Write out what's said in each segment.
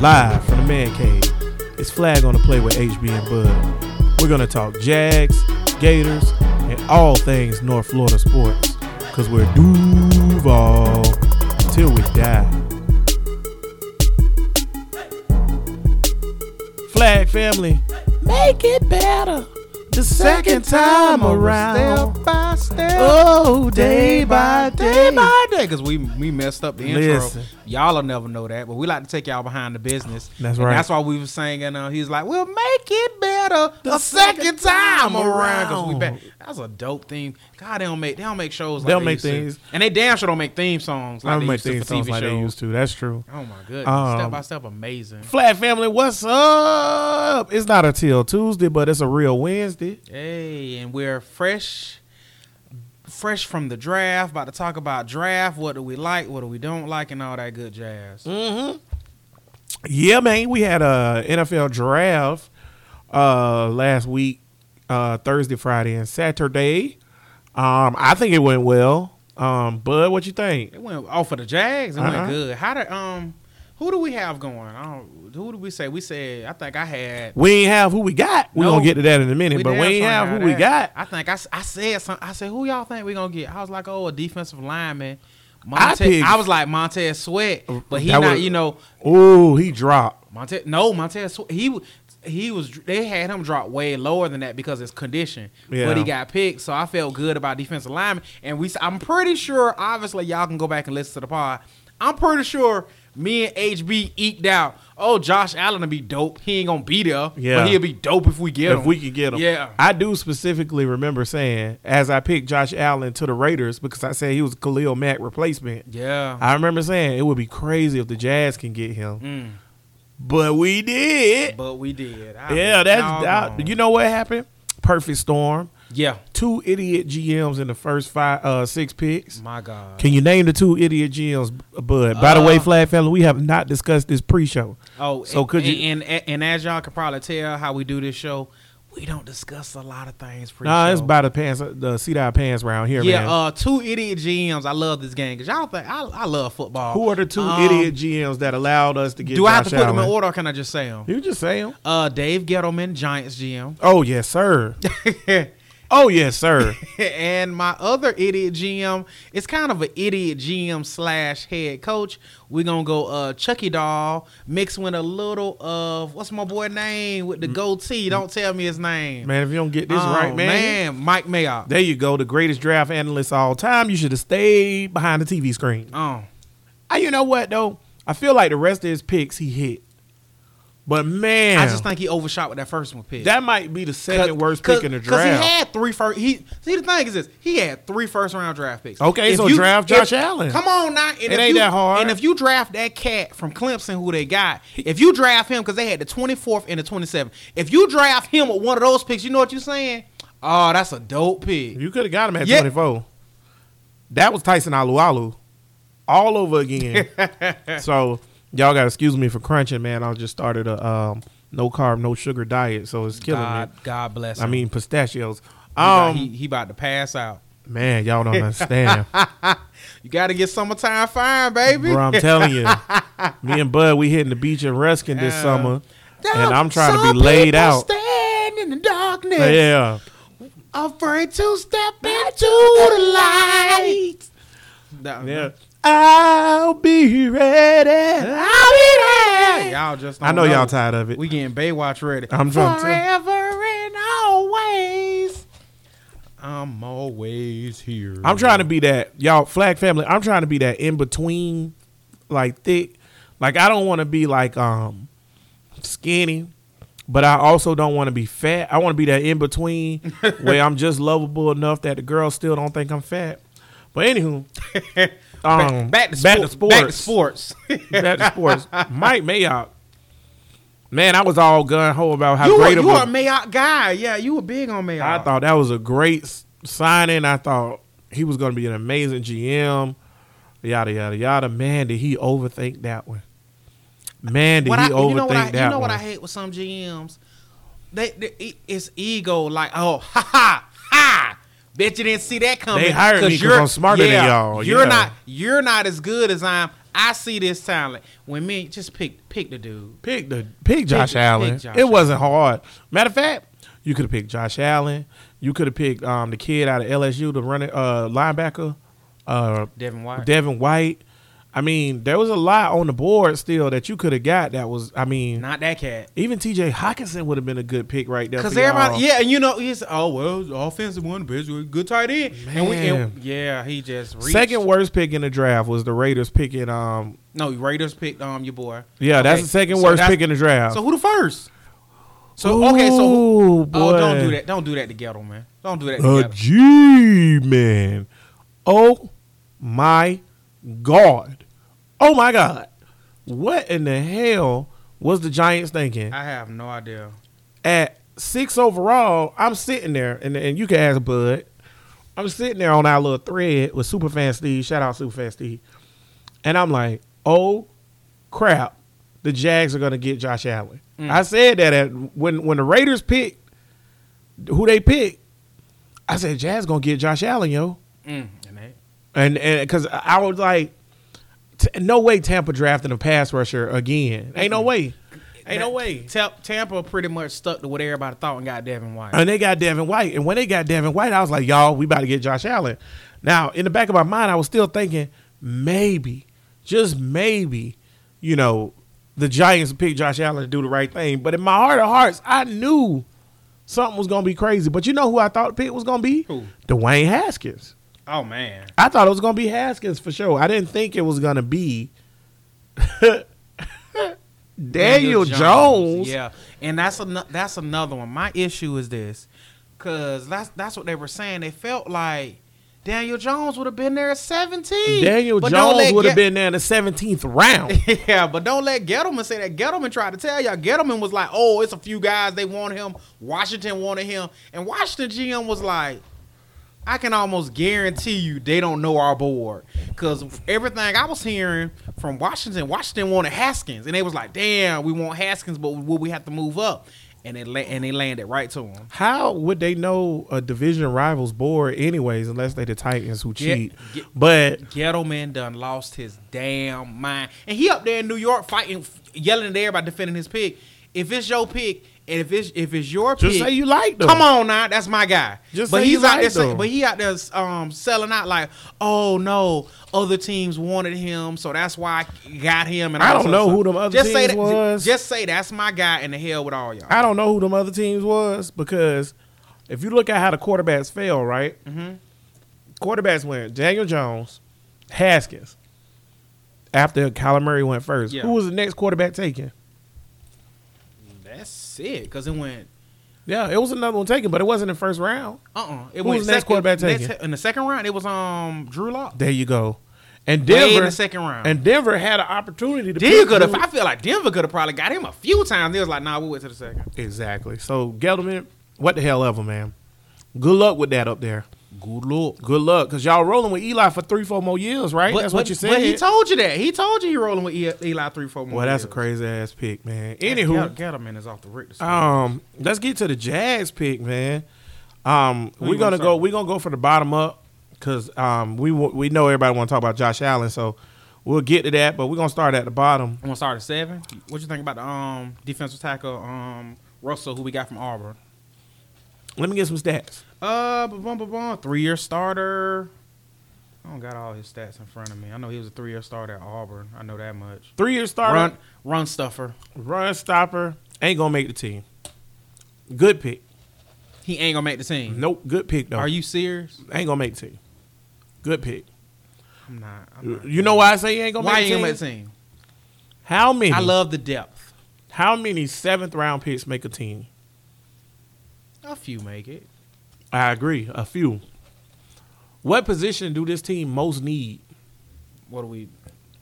Live from the man cave, it's Flag on the Play with HB and Bud. We're going to talk Jags, Gators, and all things North Florida sports. Because we're Duval till we die. Flag family, make it better the second time around. Step by step. Oh, day by day. Day by day. Because we, we messed up the intro. Listen. Y'all will never know that, but we like to take y'all behind the business. That's And right. that's why we were singing. Uh, he's like, we'll make it better the, second time around. 'Cause we back. That's a dope theme. God, they don't make, they don't make shows like They don't they make used to. things- And they damn sure don't make theme songs I like don't they make used to things for sound TV like they shows. used to. That's true. Oh my goodness. Um, step by step, amazing. Flat family, what's up? It's not a till Tuesday, but it's a real Wednesday. Hey, and we're fresh, fresh from the draft. About to talk about draft. What do we like? What do we don't like? And all that good jazz. Mm. Yeah, man. We had a NFL draft uh last week, uh Thursday, Friday, and Saturday. Um, I think it went well. Um, Bud, what you think? It went off for the Jags. It Uh-uh. went good. How did um? Who do we have going? I don't, who do we say? We said I think I had. We ain't have who we got. We're No. gonna get to that in a minute, but we damn ain't sure have had who we that. got. I think I, s- I said something. I said who y'all think we gonna get? I was like oh a defensive lineman. I Montez, picked- I, was like Montez Sweat, but he That not. was- you know Oh, he dropped. Montez. No, Montez. Swe- He w- he was. They had him drop way lower than that because his condition. Yeah. But he got picked, so I felt good about defensive lineman. And we. s- I'm pretty sure. Obviously, y'all can go back and listen to the pod. I'm pretty sure me and HB eked out. Oh, Josh Allen will be dope. He ain't gonna be there. Yeah. But he'll be dope if we get him. If we could get him. Yeah. I do specifically remember saying as I picked Josh Allen to the Raiders because I said he was Khalil Mack replacement. yeah. I remember saying it would be crazy if the Jazz can get him. Mm. But we did. But we did. I yeah, was that's that, doggone. you know what happened? Perfect storm. Yeah. Two idiot GMs in the first five uh six picks. My God. Can you name the two idiot GMs, Bud? By the way, Uh, Flag Family, we have not discussed this pre-show. Oh, So and, could you- And, and and as y'all can probably tell, how we do this show, we don't discuss a lot of things. Pre-show. Nah, it's by the pants, the seat our pants round here, yeah. man. Uh, two idiot GMs. I love this game because y'all think I, I love football. Who are the two Um, idiot GMs that allowed us to get? Do I have to Josh put them in Allen? order? or Can I just say them? You just say 'em. Uh, Dave Gettleman, Giants GM, Oh yes, sir. oh yes, sir. and my other idiot GM. It's kind of an idiot GM slash head coach. We're gonna go uh Chucky Doll mixed with a little of what's my boy name with the Mm. goatee. Don't tell me his name. man, if you don't get this Oh, right, man, Mike Mayock. There you go, the greatest draft analyst of all time. You should have stayed behind the TV screen. Oh, Uh, you know what though? I feel like the rest of his picks he hit, but man, I just think he overshot with that first one pick. that might be the second worst Cause- pick in the cause he draft. had three first. He see the thing is this: he had three first round draft picks. Okay, so draft Josh Allen. Come on now, and if ain't you- that hard. And if you draft that cat from Clemson, who they got, if you draft him because they had the twenty fourth and the twenty seventh, if you draft him with one of those picks, you know what you're saying? Oh, that's a dope pick. you could have got him at Yeah. twenty four. That was Tyson Alualu, all over again. so y'all got to excuse me for crunching, man. I just started a um, no carb, no sugar diet, so it's killing God, me. God bless. I him. mean pistachios. he, about- Um, he, he about to pass out. man, y'all don't understand. You got to get summertime fine, baby. Bro, I'm telling you, me and Bud, we hitting the beach in Ruskin this Uh, summer, Some- and I'm trying to some be laid people out. Uh, Stand in the darkness. Yeah, Afraid to step into the light. yeah. I'll be ready. I'll be ready. Y'all just don't I know y'all tired of it. We getting Baywatch ready. I'm trying to tell- Forever and always. I'm always here. I'm trying to be that y'all flag family. I'm trying to be that in between, like thick. Like I don't want to be like um skinny, but I also don't want to be fat. I want to be that in between where I'm just lovable enough that the girls still don't think I'm fat. But anywho, um, back, to back to sports. Back to sports. sports. back to sports. Mike Mayock, man, I was all gun ho about how you were, great of you a- were a Mayock guy. Yeah, you were big on Mayock. I thought that was a great s- signing. I thought he was going to be an amazing GM. Yada yada yada. Man, did he overthink that one? Man, did what he I, overthink you know what I, that you know one? what I hate with some GMs? They, they it- it's ego like oh ha ha ha. Bet you didn't see that coming. They hired me 'cause you're- I'm smarter than y'all, yeah. You're not you're not as good as I'm. I see this talent. When me just pick pick the dude. Pick the pick Josh pick Allen. Josh it wasn't hard. Matter of fact, you could have picked Josh Allen. You could have picked um, the kid out of LSU, the running uh, linebacker, uh, Devin White. Devin White. I mean, there was a lot on the board still that you could have got. That was, I mean, Not that cat. even T.J. Hawkinson would have been a good pick right there. Cause for y'all. everybody, yeah, and you know, it's oh well, the offensive one, bitch, we good tight end, and we, and, Man. yeah, he just reached. Second worst pick in the draft was the Raiders picking. Um, No, Raiders picked um your boy. yeah, that's Okay, the second so worst that's- pick in the draft. So who the first? So okay, so who, Ooh, oh don't boy. Oh, do that, don't do that together, man. Don't do that A together. G man. Oh my god. Oh my god. What in the hell was the Giants thinking? I have no idea. At six overall, I'm sitting there, and, and you can ask Bud. I'm sitting there on our little thread with Superfan Steve. Shout out Superfan Steve. And I'm like, oh crap, the Jags are gonna get Josh Allen. I said that at, when when the Raiders picked who they picked, I said Jags gonna get Josh Allen, yo. Mm, and that- And and because I was like, t- no way Tampa drafting a pass rusher again. Ain't no way. Ain't no that- way. Tam- Tampa pretty much stuck to what everybody thought and got Devin White. And they got Devin White. And when they got Devin White, I was like, y'all, we about to get Josh Allen. Now, in the back of my mind, I was still thinking, maybe, just maybe, you know, the Giants pick Josh Allen to do the right thing. But in my heart of hearts, I knew something was gonna be crazy. But you know who I thought the pick was gonna be? Who? Dwayne Haskins. oh man, I thought it was gonna be Haskins for sure. I didn't think it was gonna be Daniel Jones. Yeah, and that's an- that's another one. My issue is this, cause that's that's what they were saying. They felt like Daniel Jones would have been there at seventeen. Daniel But don't Jones let would have Get- been there in the seventeenth round. Yeah, but don't let Gettleman say that. Gettleman tried to tell y'all. Gettleman was like, "Oh, it's a few guys they want him. Washington wanted him, and Washington GM was like." I can almost guarantee you they don't know our board because everything I was hearing from Washington, Washington wanted Haskins, and they was like, "Damn, we want Haskins, but will we have to move up?" And it la- and they landed right to him. How would they know a division rivals board anyways, unless they the Titans who Get- cheat? get- but Gettleman done lost his damn mind, and he up there in New York fighting, f- yelling at everybody defending his pick. If it's your pick, and if it's if it's your just pick, say you like them. Come on now, that's my guy. Just but say he's you out like there, say, them. but he out there um, selling out like, oh no, other teams wanted him, so that's why I got him. And I all don't this know other who stuff. them other just say teams that, was. Just say that's my guy, and the hell with all y'all. I don't know who them other teams was because if you look at how the quarterbacks fell, right? Mm-hmm. Quarterbacks went Daniel Jones, Haskins. After Kyler Murray went first, Yeah. who was the next quarterback taken? that's it, because it went. Yeah, it was another one taken, but it wasn't in the first round. Uh uh It Who went was the next second- quarterback next- taken? in the second round. It was um Drew Lock. There you go. And Way Denver in the second round. And Denver had an opportunity to Denver pick could have. Drew- I feel like Denver could have probably got him a few times. They was like, "Nah, we went to the second. Exactly. So Gettleman, what the hell ever, man. Good luck with that up there. Good luck. Good luck, cause y'all rolling with Eli for three, four more years, right? that's what you said. But he told you that. He told you he rolling with E- Eli three four more. well, that's a years. crazy ass pick, man. Gel- Anywho, Gettleman is off the Richter. um, let's get to the Jazz pick, man. Um, you we're gonna want go. first? We're gonna go for the bottom up, cause um, we wa- we know everybody want to talk about Josh Allen, so we'll get to that. But we're gonna start at the bottom. I'm gonna start at seven. What you think about the um defensive tackle um Russell who we got from Auburn? Let me get some stats. Uh, boom, boom, boom, three year starter. I don't got all his stats in front of me. I know he was a three year starter at Auburn. I know that much. Three year starter, Run, run stuffer. run stopper, ain't gonna make the team. Good pick. He ain't gonna make the team. Nope, good pick though. Are you serious? ain't gonna make the team. Good pick. I'm not. I'm not. You know why I say you ain't gonna Why make ain't the gonna team? make the team? How many? I love the depth. how many seventh round picks make a team? A few make it. I agree, a few. What position do this team most need What do we?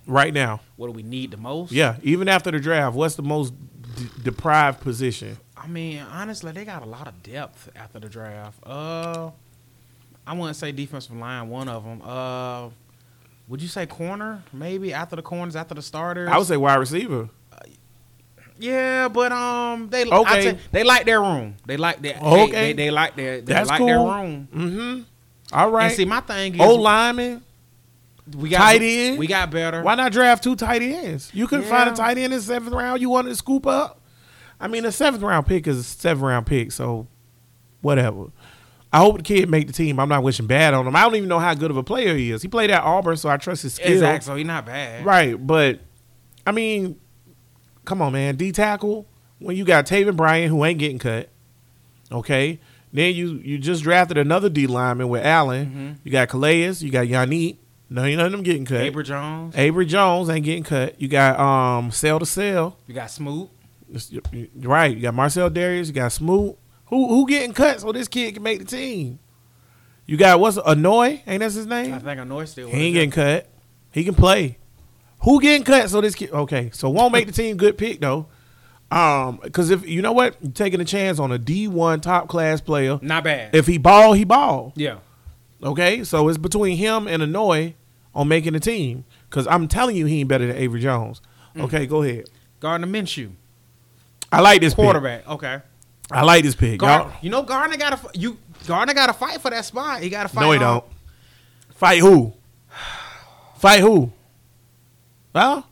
right now? What do we need the most? Yeah, even after the draft, what's the most d- deprived position? I mean, honestly, they got a lot of depth after the draft. Uh, I wouldn't say defensive line, one of them. Uh, would you say corner? Maybe after the corners, after the starters. I would say wide receiver. yeah, but um, they I'd Okay. say they like their room. They like their okay. Okay. They, they, like their they That's like cool. their room. Mm-hmm. All right. And see, my thing is Old lineman. We got Tight end? We got better. Why not draft two tight ends? You couldn't find Yeah. a tight end in the seventh round you wanted to scoop up. I mean, a seventh round pick is a seventh round pick, so whatever. I hope the kid make the team. I'm not wishing bad on him. I don't even know how good of a player he is. He played at Auburn, so I trust his skill. Exactly. So he's not bad. Right, but I mean, come on, man. D tackle when you got Taven Bryan who ain't getting cut. Okay, then you you just drafted another D lineman with Allen. Mm-hmm. You got Calais. You got Yannick. No, you none of them getting cut. Avery Jones. Avery Jones ain't getting cut. You got um sell to sell. You got Smoot. Right. You got Marcel Darius. You got Smoot. Who who getting cut so this kid can make the team? You got what's Annoy? Ain't that his I name? think I know it's still. He ain't getting cut. He can play. Who getting cut so this kid? Okay, so won't make the team. Good pick though. Um, because if you know what, You're taking a chance on a D one top class player. Not bad. If he ball, he ball. yeah. Okay, so it's between him and Anoy on making the team. Cause I'm telling you, he ain't better than Avery Jones. Mm. Okay, go ahead. Gardner Minshew. I like this quarterback. Quarterback. Okay. Pick. I like this pick. Gar- Y'all, you know Gardner got to you Gardner got to fight for that spot. He got to fight. no, he on- don't. Fight who? Fight who? Huh?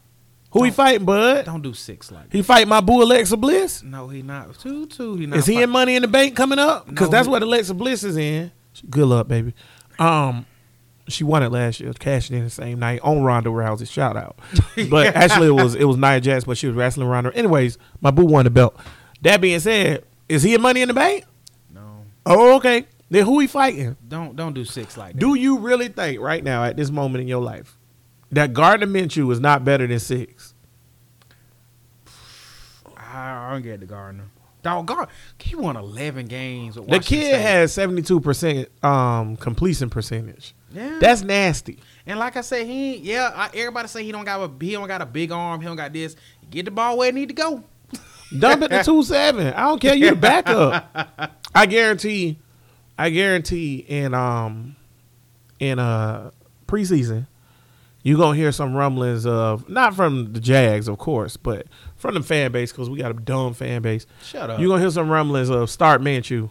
Who he fighting, bud? Don't do six like. that. He fight my boo Alexa Bliss. No, he not. Two two. He not. Is he fight- in Money in the Bank coming up? Because No, that's he- what Alexa Bliss is in. Good luck, baby. Um, she won it last year, cashed in the same night on Ronda Rousey. Shout out. But actually, it was it was Nia Jax, but she was wrestling Ronda. Anyways, my boo won the belt. That being said, is he in Money in the Bank? No. Oh, okay. Then who he fighting? Don't don't do six like that. Do you really think right now at this moment in your life that Gardner Minshew is not better than six? I, I don't get the Gardner. Dog Gardner. He won eleven games. With The Washington kid State. has seventy two percent um completion percentage. Yeah. That's nasty. And like I said, he ain't- yeah. I, everybody say he don't got a he don't got a big arm. He don't got this. Get the ball where it need to go. Dump it to two seven. I don't care. You the backup. I guarantee. I guarantee in um in uh preseason, you gonna hear some rumblings of not from the Jags, of course, but from the fan base because we got a dumb fan base. Shut up. You gonna hear some rumblings of start Manchu.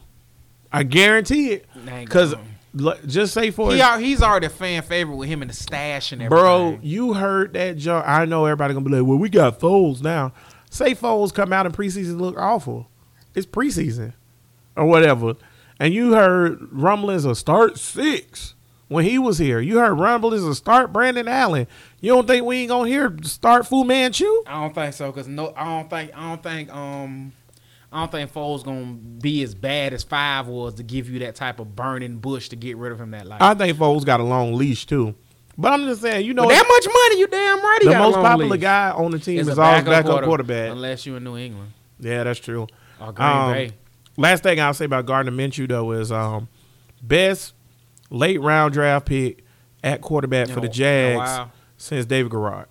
I guarantee it. Ain't Because gonna. just say for He, al- he's already a fan favorite with him in the stash and everything. Bro, you heard that junk. I know everybody gonna be like, "Well, we got Foles now." Say Foles come out in preseason look awful. It's preseason or whatever, and you heard rumblings of start six when he was here. You heard rumblings of start Brandon Allen. You don't think we ain't gonna hear start Fu Manchu? I don't think so. Cause no, I don't think I don't think um I don't think Foles gonna be as bad as five was to give you that type of burning bush to get rid of him that life. I think Foles got a long leash too, but I'm just saying, you know, With that much money, you damn right. He the got a most long popular leash. guy on the team It's is a always backup quarter- quarterback. unless you in New England Yeah, that's true. or Green Um, Bay. Last thing I'll say about Gardner Minshew though is um, best late round draft pick at quarterback In for a- the in a Jags while. since David Garrard.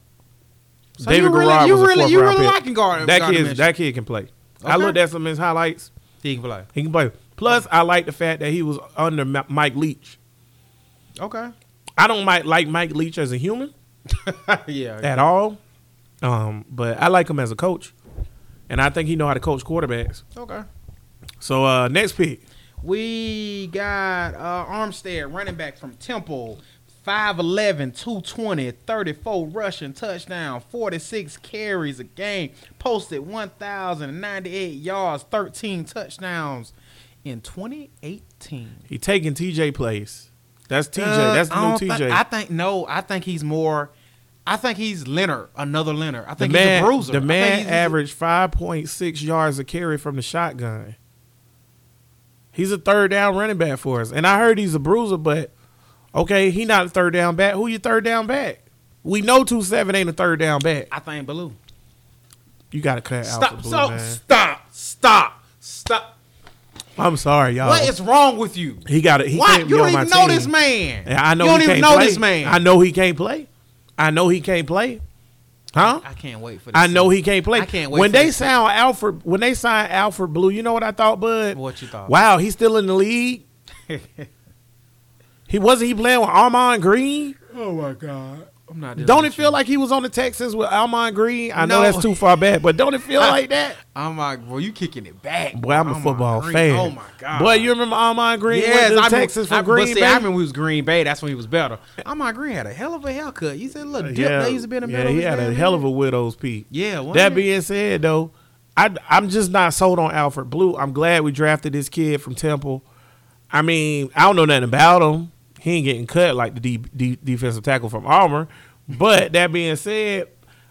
So you really- you really- you really liking Gardner- That Gardner kid, Minshew? that kid can play. I Okay. looked at some of his highlights. He can play. He can play. Plus, I like the fact that he was under Ma- Mike Leach. Okay. I don't mi- like Mike Leach as a human yeah. at all, um, but I like him as a coach, and I think he know how to coach quarterbacks. Okay. So uh, next pick, We got uh, Armstead, running back from Temple, 5'11, 220, 34 rushing touchdown, 46 carries a game, posted 1,098 yards, 13 touchdowns in 2018. he taking TJ place. That's TJ. That's the Uh, I new don't TJ. think- I think, no, I think he's more, I think he's Leonard, another Leonard. I The think he's man, a bruiser. I the think man he's- averaged five point six yards a carry from the shotgun. He's a third down running back for us, and I heard he's a bruiser, but okay, he not a third down back. Who your third down back? We know two seven ain't a third down back. I think Baloo. You got to cut out Stop, the blue, so, man. stop, stop, stop. I'm sorry, y'all. What is wrong with you? he got it. He Why can't you be on don't my even know team. this man? And I know you he don't even can't know play. this man. I know he can't play. I know he can't play. Huh? I can't wait for. This I know season. he can't play. I can't wait When for they this sound Alfred, when they sign Alfred Blue, you know what I thought, Bud? What you thought? Wow, he's still in the league. he wasn't he playing with Armand Green? Oh my god. I'm not. dealing Don't it with feel you. like he was on the Texans with Almond Green? I know No. that's too far back, but don't it feel like that? I'm like, boy, you kicking it back. Boy, I'm a Almond football Green. fan. Oh my god. Boy, you remember Almond Green Yes, went I to mean- Texas I, from Green but Bay? see, I remember we was Green Bay. That's when he was better. Amon Green had a hell of a haircut. He said, "Look, dip that used to be in the middle." yeah, he had a hell of a a widow's peak. yeah." wasn't That it? being said, though, I I'm just not sold on Alfred Blue. I'm glad we drafted this kid from Temple. I mean, I don't know nothing about him. He ain't getting cut like the D, D, defensive tackle from Armor. But that being said,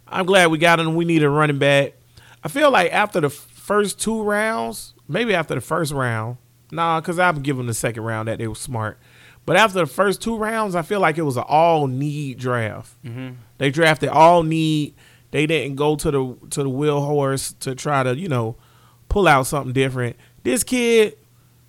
I'm glad we got him. We need a running back. I feel like after the first two rounds, maybe after the first round, nah, because I'm giving the second round that they were smart. But after the first two rounds, I feel like it was an all need draft. Mm-hmm. They drafted all need. They didn't go to the to the wheel horse to try to you know pull out something different. This kid,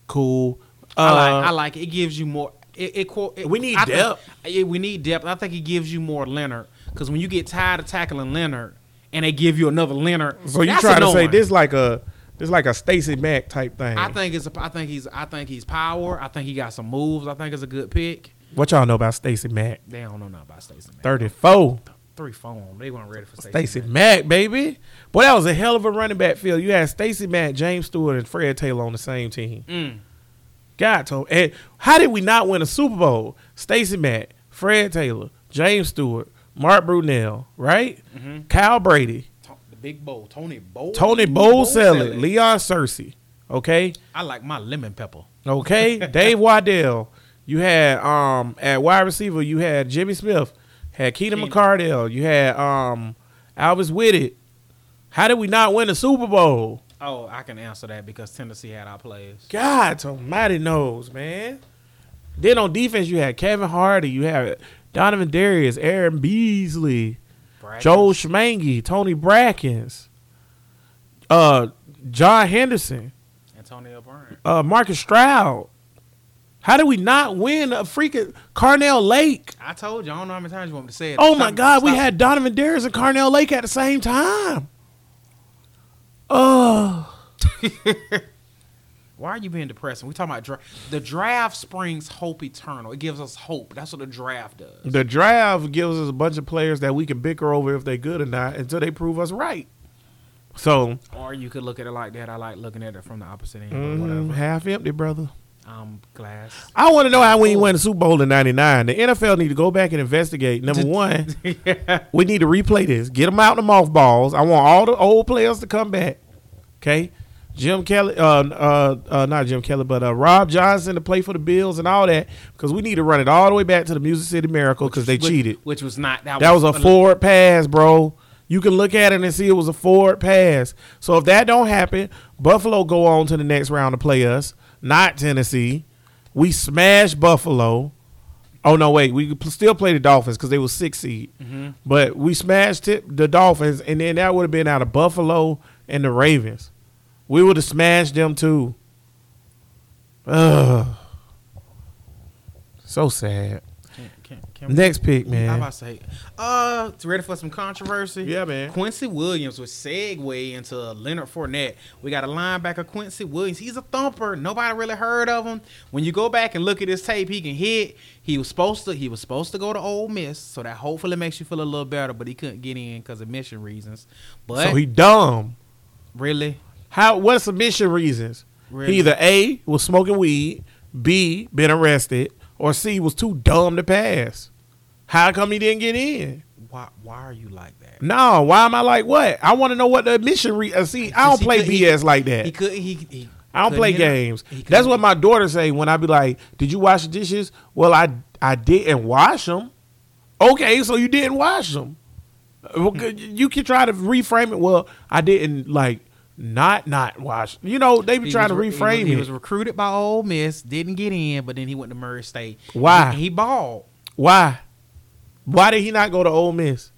cool. I Uh, like. I like. It gives you more. It, it, co- it- We need I think- depth. yeah, we need depth. I think it gives you more Leonard because when you get tired of tackling Leonard and they give you another Leonard, So you that's trying to say annoying. this like a this like a Stacy Mack type thing? I think it's. A, I think he's. I think he's power. I think he got some moves. I think it's a good pick. what y'all know about Stacy Mack? They don't know nothing about Stacey. Man. Thirty four. Three phone. They weren't ready for Stacey. Stacy Man. Mack, baby. Boy, that was a hell of a running back field. You had Stacy Mack, James Stewart, and Fred Taylor on the same team. Mm. God told. And how did we not win a Super Bowl? Stacy Mack, Fred Taylor, James Stewart, Mark Brunell, right? Kyle Brady, To- The big bowl. Tony Bowl. Tony Bowl Bowsell, salad. Leon Cersei. Okay. I like my lemon pepper. Okay, Dave Waddell. You had um at wide receiver. You had Jimmy Smith, had Keaton Keenan. McCardell. You had um Alvis Witted. How did we not win the Super Bowl? Oh, I can answer that because Tennessee had our players. God Almighty knows, man. Then on defense, you had Kevin Hardy. You had Donovan Darius, Aaron Beasley, Brackens. Joel Schmangy, Tony Brackens, uh, John Henderson. Antonio Brown. uh, Marcus Stroud. How did we not win a freaking Carnell Lake? I told you. I don't know how many times you want me to say it. Oh my Stop- God, we stop. had Donovan Darius and Carnell Lake at the same time. Oh, Why are you being depressing? We talking about dra- the draft springs hope eternal. It gives us hope. That's what the draft does. the draft gives us a bunch of players that we can bicker over if they're good or not until they prove us right. So Or you could look at it like that. I like looking at it from the opposite end. mm, But whatever. half empty, brother. I'm glad. I want to know how we won the Super Bowl in '99. The NFL need to go back and investigate. Number one, we need to replay this. Get them out the mothballs. I want all the old players to come back. Okay, Jim Kelly, uh, uh, uh not Jim Kelly, but uh, Rob Johnson to play for the Bills and all that because we need to run it all the way back to the Music City Miracle because they Which- cheated. Which was not. That, That was a forward pass, bro. You can look at it and see it was a forward pass. So if that don't happen, Buffalo go on to the next round to play us, not Tennessee. We smash Buffalo. Oh no, wait, we could pl- still play the Dolphins because they were six seed, but we smashed it, the Dolphins, and then that would have been out of Buffalo and the Ravens. We would have smashed them too. Ugh, so sad. Can't, can't, can't Next pick, I man. about to say, uh, it's ready for some controversy. Yeah, man. Quincy Williams would segue into Leonard Fournette. We got a linebacker, Quincy Williams. He's a thumper. Nobody really heard of him. When you go back and look at his tape, he can hit. He was supposed to. He was supposed to go to Ole Miss, so that hopefully makes you feel a little better. But he couldn't get in because of mission reasons. But So he dumb. really, How? What's the mission reasons? Really? He either A was smoking weed, B been arrested, or C was too dumb to pass. How come he didn't get in? why why are you like that? No, why am I like what? I want to know what the mission re- uh, See, I don't He play could- he- BS like that. He could. He. he I don't couldn't play hit it. games. He couldn't That's hit what my daughter say when I be like, "Did you wash the dishes?" Well, I I didn't wash them. Okay, so you didn't wash them. Well, Hmm. good- you can try to reframe it. Well, I didn't like not not wash. You know, they be He trying was re- to reframe he was, He was it. recruited by Ole Miss, didn't get in, but then he went to Murray State. Why? He, he balled. Why? Why did he not go to Ole Miss?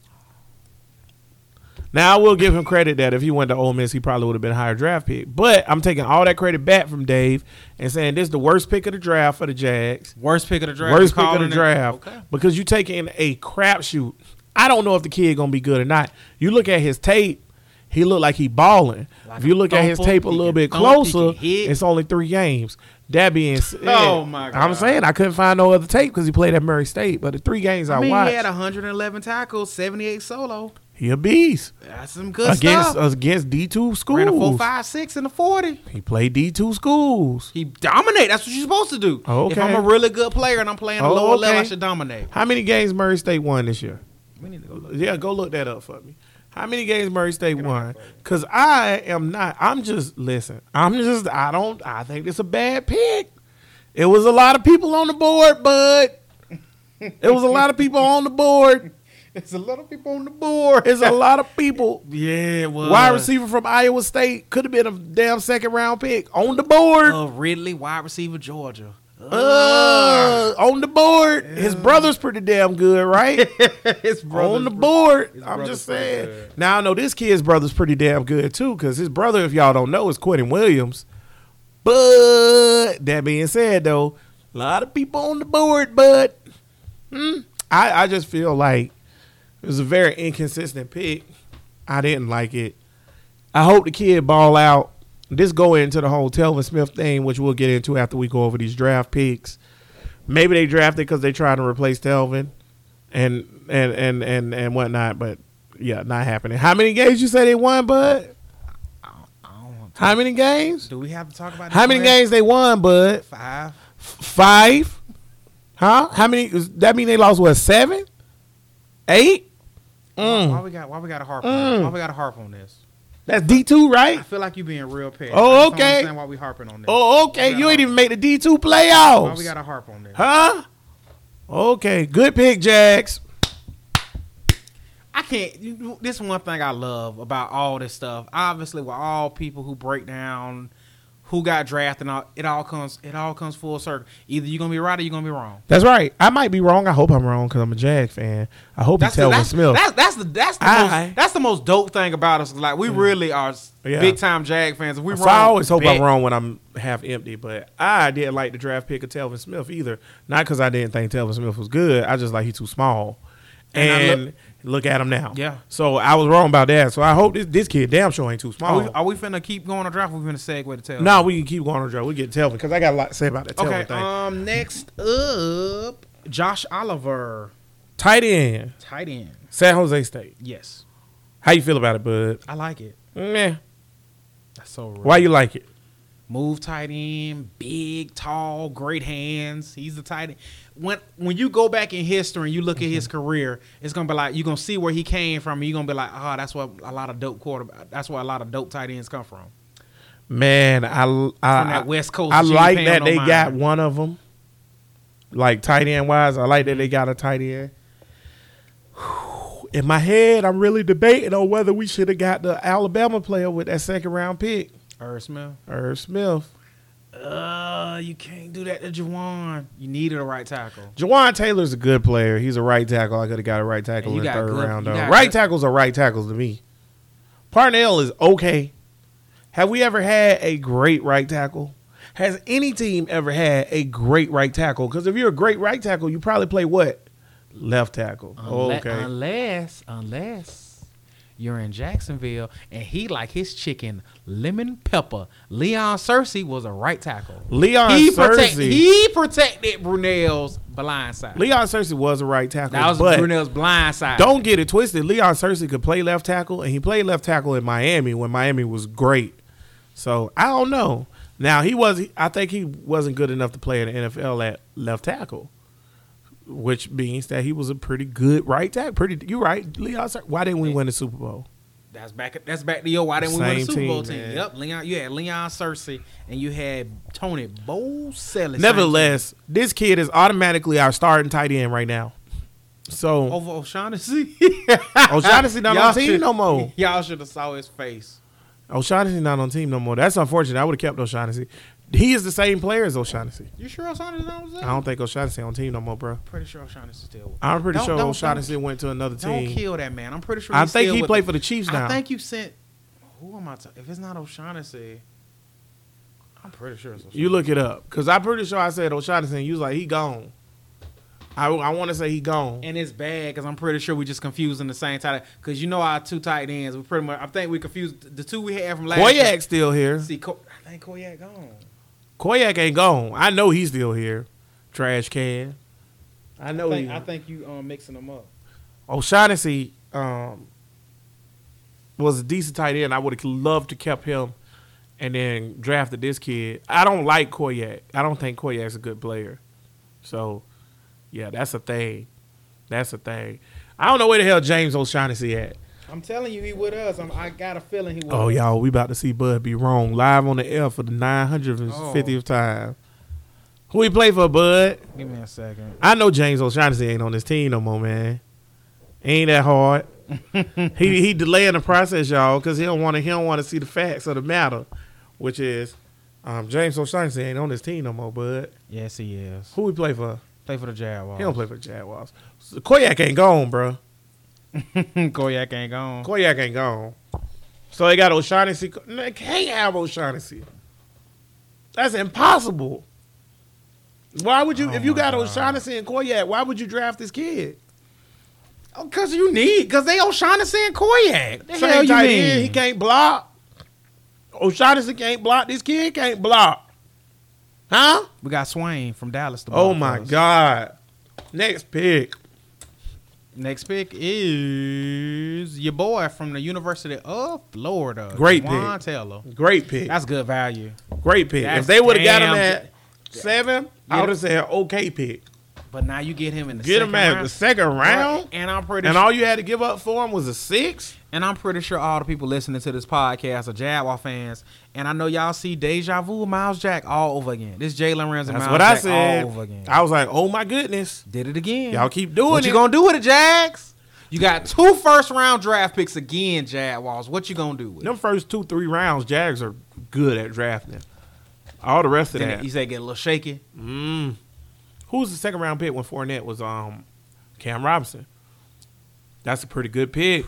Now I will give him credit that if he went to Ole Miss, he probably would have been a higher draft pick. But I'm taking all that credit back from Dave and saying this is the worst pick of the draft for the Jags. Worst pick of the draft. Worst You pick of calling the it? draft Okay. because you taking a crapshoot. I don't know if the kid gonna be good or not. You look at his tape, He looked like he balling. Like if you a look at his thumper, tape a he little can bit thump, he closer, can hit. it's only three games. That being said, Oh, my I'm God. saying I couldn't find no other tape because he played at Murray State. But the three games I, I mean, watched, he had 111 tackles, 78 solo. he a beast That's some good against uh, stuff. against D two Ran a four, schools. five, six in the 40. He played D two schools. He dominate. That's what you're supposed to do. Okay. If I'm a really good player and I'm playing a Oh, lower level, I okay. should dominate. How many games Murray State won this year? We need to go look. Yeah, go look that up for me. How many games Murray State won? Cause I am not. I'm just listen. I'm just. I don't. I think it's a bad pick. It was a lot of people on the board, bud. It was a lot of people on the board. There's a lot of people on the board. It's a lot of people. Yeah, well, Wide receiver from Iowa State could have been a damn second round pick on the board. Uh, Ridley, wide receiver, Georgia. Uh, Uh, on the board. His brother's pretty damn good, right? his on brother's the board. I'm brother's just pretty saying. good. Now I know this kid's brother's pretty damn good too, because his brother, if y'all don't know, is Quentin Williams. But that being said, though, a lot of people on the board, but mm, I, I just feel like it was a very inconsistent pick. I didn't like it. I hope the kid ball out. This go into the whole Telvin Smith thing, which we'll get into after we go over these draft picks. Maybe they drafted because they tried to replace Telvin and and and and and whatnot. But yeah, not happening. How many games you say they won, Bud? I don't want How many games? Do we have to talk about How this many player? games they won, Bud? Five. F- Five? Huh? How many? is- That mean they lost what? Seven? Eight? Why, Mm. why we got? Why we got a harp? Mm. On this? Why we got a harp on this? That's D two, I right? feel like you being real petty. Oh, I just don't okay. understand why we harping on this? Oh, okay. You ain't even make the D two playoffs. Why we got a harp on this? Huh? Okay, good pick, Jax. I can't. You, this is one thing I love about all this stuff. Obviously, with all people who break down who got drafted, and all, it all comes it all comes full circle. Either you're gonna be right or you're gonna be wrong. That's right. I might be wrong. I hope I'm wrong because I'm a Jag fan. I hope That's you the, tell that's, Smith. that's that's the that's the Aye. Mm. most that's the most dope thing about us. Like we really are Yeah. big time Jag fans. If we So wrong, I always hope bet. I'm wrong when I'm half empty, but I didn't like the draft pick of Telvin Smith either. Not because I didn't think Telvin Smith was good. I just like he too small. And I And, look- look at him now. Yeah. So I was wrong about that. So I hope this, this kid damn sure ain't too Are small. we, are we finna keep going on draft? Or we finna segue to tell. no, nah, we can keep going on draft. We get Telvin because I got a lot to say about that Telvin Okay. thing. Um. Next up, Josh Oliver, Tight end, tight end. San Jose State. Yes, How you feel about it, bud? I like it. Meh. That's so. Rude. Why you like it? Move tight end, big, tall, great hands. He's the tight end. When when you go back in history and you look at his Mm-hmm. career, it's gonna be like you're gonna see where he came from. And you're gonna be like, oh, that's what a lot of dope quarterback. That's where a lot of dope tight ends come from. Man, I l- I- From that West Coast. I that you like ain't paying that no they mind. got one of them. Like tight end wise, I like that they got a tight end. In my head, I'm really debating on whether we should have got the Alabama player with that second round pick, Irv Smith. Irv Smith. Uh, you can't do that to Jawan. You needed a right tackle. Jawan Taylor's a good player. He's a right tackle. I could have got a right tackle And in you the got third good- round. you Though. got Right good- tackles are right tackles to me. Parnell is okay. Have we ever had a great right tackle? Has any team ever had a great right tackle? Because if you're a great right tackle, you probably play what? Left tackle. Unle- Oh, okay. Unless, unless you're in Jacksonville and he like his chicken lemon pepper. Leon Cersei was a right tackle. Leon he Cersei. protect, he protected Brunel's blind side. Leon Cersei was a right tackle. that was but Brunel's blind side. Don't get it twisted. Leon Cersei could play left tackle, and he played left tackle in Miami when Miami was great. So I don't know. Now he was. I think he wasn't good enough to play in the NFL at left tackle, which means that he was a pretty good right tackle. Pretty, you right, Leon. Cer- Why didn't we win the Super Bowl? That's back. That's back to your. Why didn't we win the Same Super Bowl team, team? man. Yep. Leon. You had Leon Cersei and you had Tony Bowselli. Nevertheless, this kid is automatically our starting tight end right now. So over O'Shaughnessy. O'Shaughnessy not Y'all on team should- no more. Y'all should have saw his face. O'Shaughnessy not on team no more. That's unfortunate. I would have kept O'Shaughnessy. He is the same player as O'Shaughnessy. You sure O'Shaughnessy not was there? I don't think O'Shaughnessy on team no more, bro. Pretty sure O'Shaughnessy's still. I'm pretty Don't- sure don't- O'Shaughnessy went to another Don't team. kill that man. I'm pretty sure. I he's think still he with played the- for the Chiefs I now. think you sent. Who am I? ta- if it's not O'Shaughnessy, I'm pretty sure it's O'Shaughnessy. you look it up because I'm pretty sure I said O'Shaughnessy. And you was like, he gone. I, I want to say he gone. And it's bad because I'm pretty sure we just confusing the same tight Because you know our two tight ends. We pretty much I think we confused the two we had from last. year. Koyak still here. See, Co- I think Koyak gone. Koyak ain't gone. I know he's still here. Trash can. I I know think, he. I think you um mixing them up. O'Shaughnessy um, was a decent tight end. I would have loved to kept him and then drafted this kid. I don't like Koyak. I don't think Koyak's a good player. So, yeah, that's a thing. That's a thing. I don't know where the hell James O'Shaughnessy at. I'm telling you, he with us. I'm, I got a feeling he. With Oh, us. y'all, we about to see Bud be wrong live on the air for the 950th time. Who he play for, Bud? Give me a second. I know James O'Shaughnessy ain't on this team no more, man. Ain't that hard? he he delaying the process, y'all, because he don't want to he don't want to see the facts of the matter, which is um, James O'Shaughnessy ain't on this team no more. Bud, Yes, he is. who he play for? Play for the Jaguars. He don't play for the Jaguars. So, Koyak ain't gone, bro. Koyak ain't gone. Koyak ain't gone. So they got O'Shaughnessy. No, They can't have O'Shaughnessy. That's impossible. Why would you Oh if you my got God. O'Shaughnessy and Koyak? Why would you draft this kid? Oh, cause you need, cause they O'Shaughnessy and Koyak. The Same hell you tight mean? end, he can't block. O'Shaughnessy can't block. This kid can't block. Huh? We got Swain from Dallas. to Oh block my us. God. Next pick. Next pick is your boy from the University of Florida. Great Juwan pick. Taylor. Great pick. That's good value. Great pick. that's if they would have got him damn- at seven, I Yeah. would have said okay pick. But now you get him in the Get second him at round. the second round, And I'm pretty and sure, all you had to give up for him was a six. and I'm pretty sure all the people listening to this podcast are Jaguar fans. And I know y'all see deja vu Miles Jack all over again. This Jalen Ramsey That's Miles what Jack I said. all over again. I was like, oh my goodness, Did it again. y'all keep doing what it. you gonna do with it, Jags? You got two first round draft picks again, Jaguars. What you gonna do with it? Them first two three rounds, Jags are good at drafting. All the rest of Then that, You say get a little shaky. Mm. Who was the second round pick when Fournette was um Cam Robinson? That's a pretty good pick.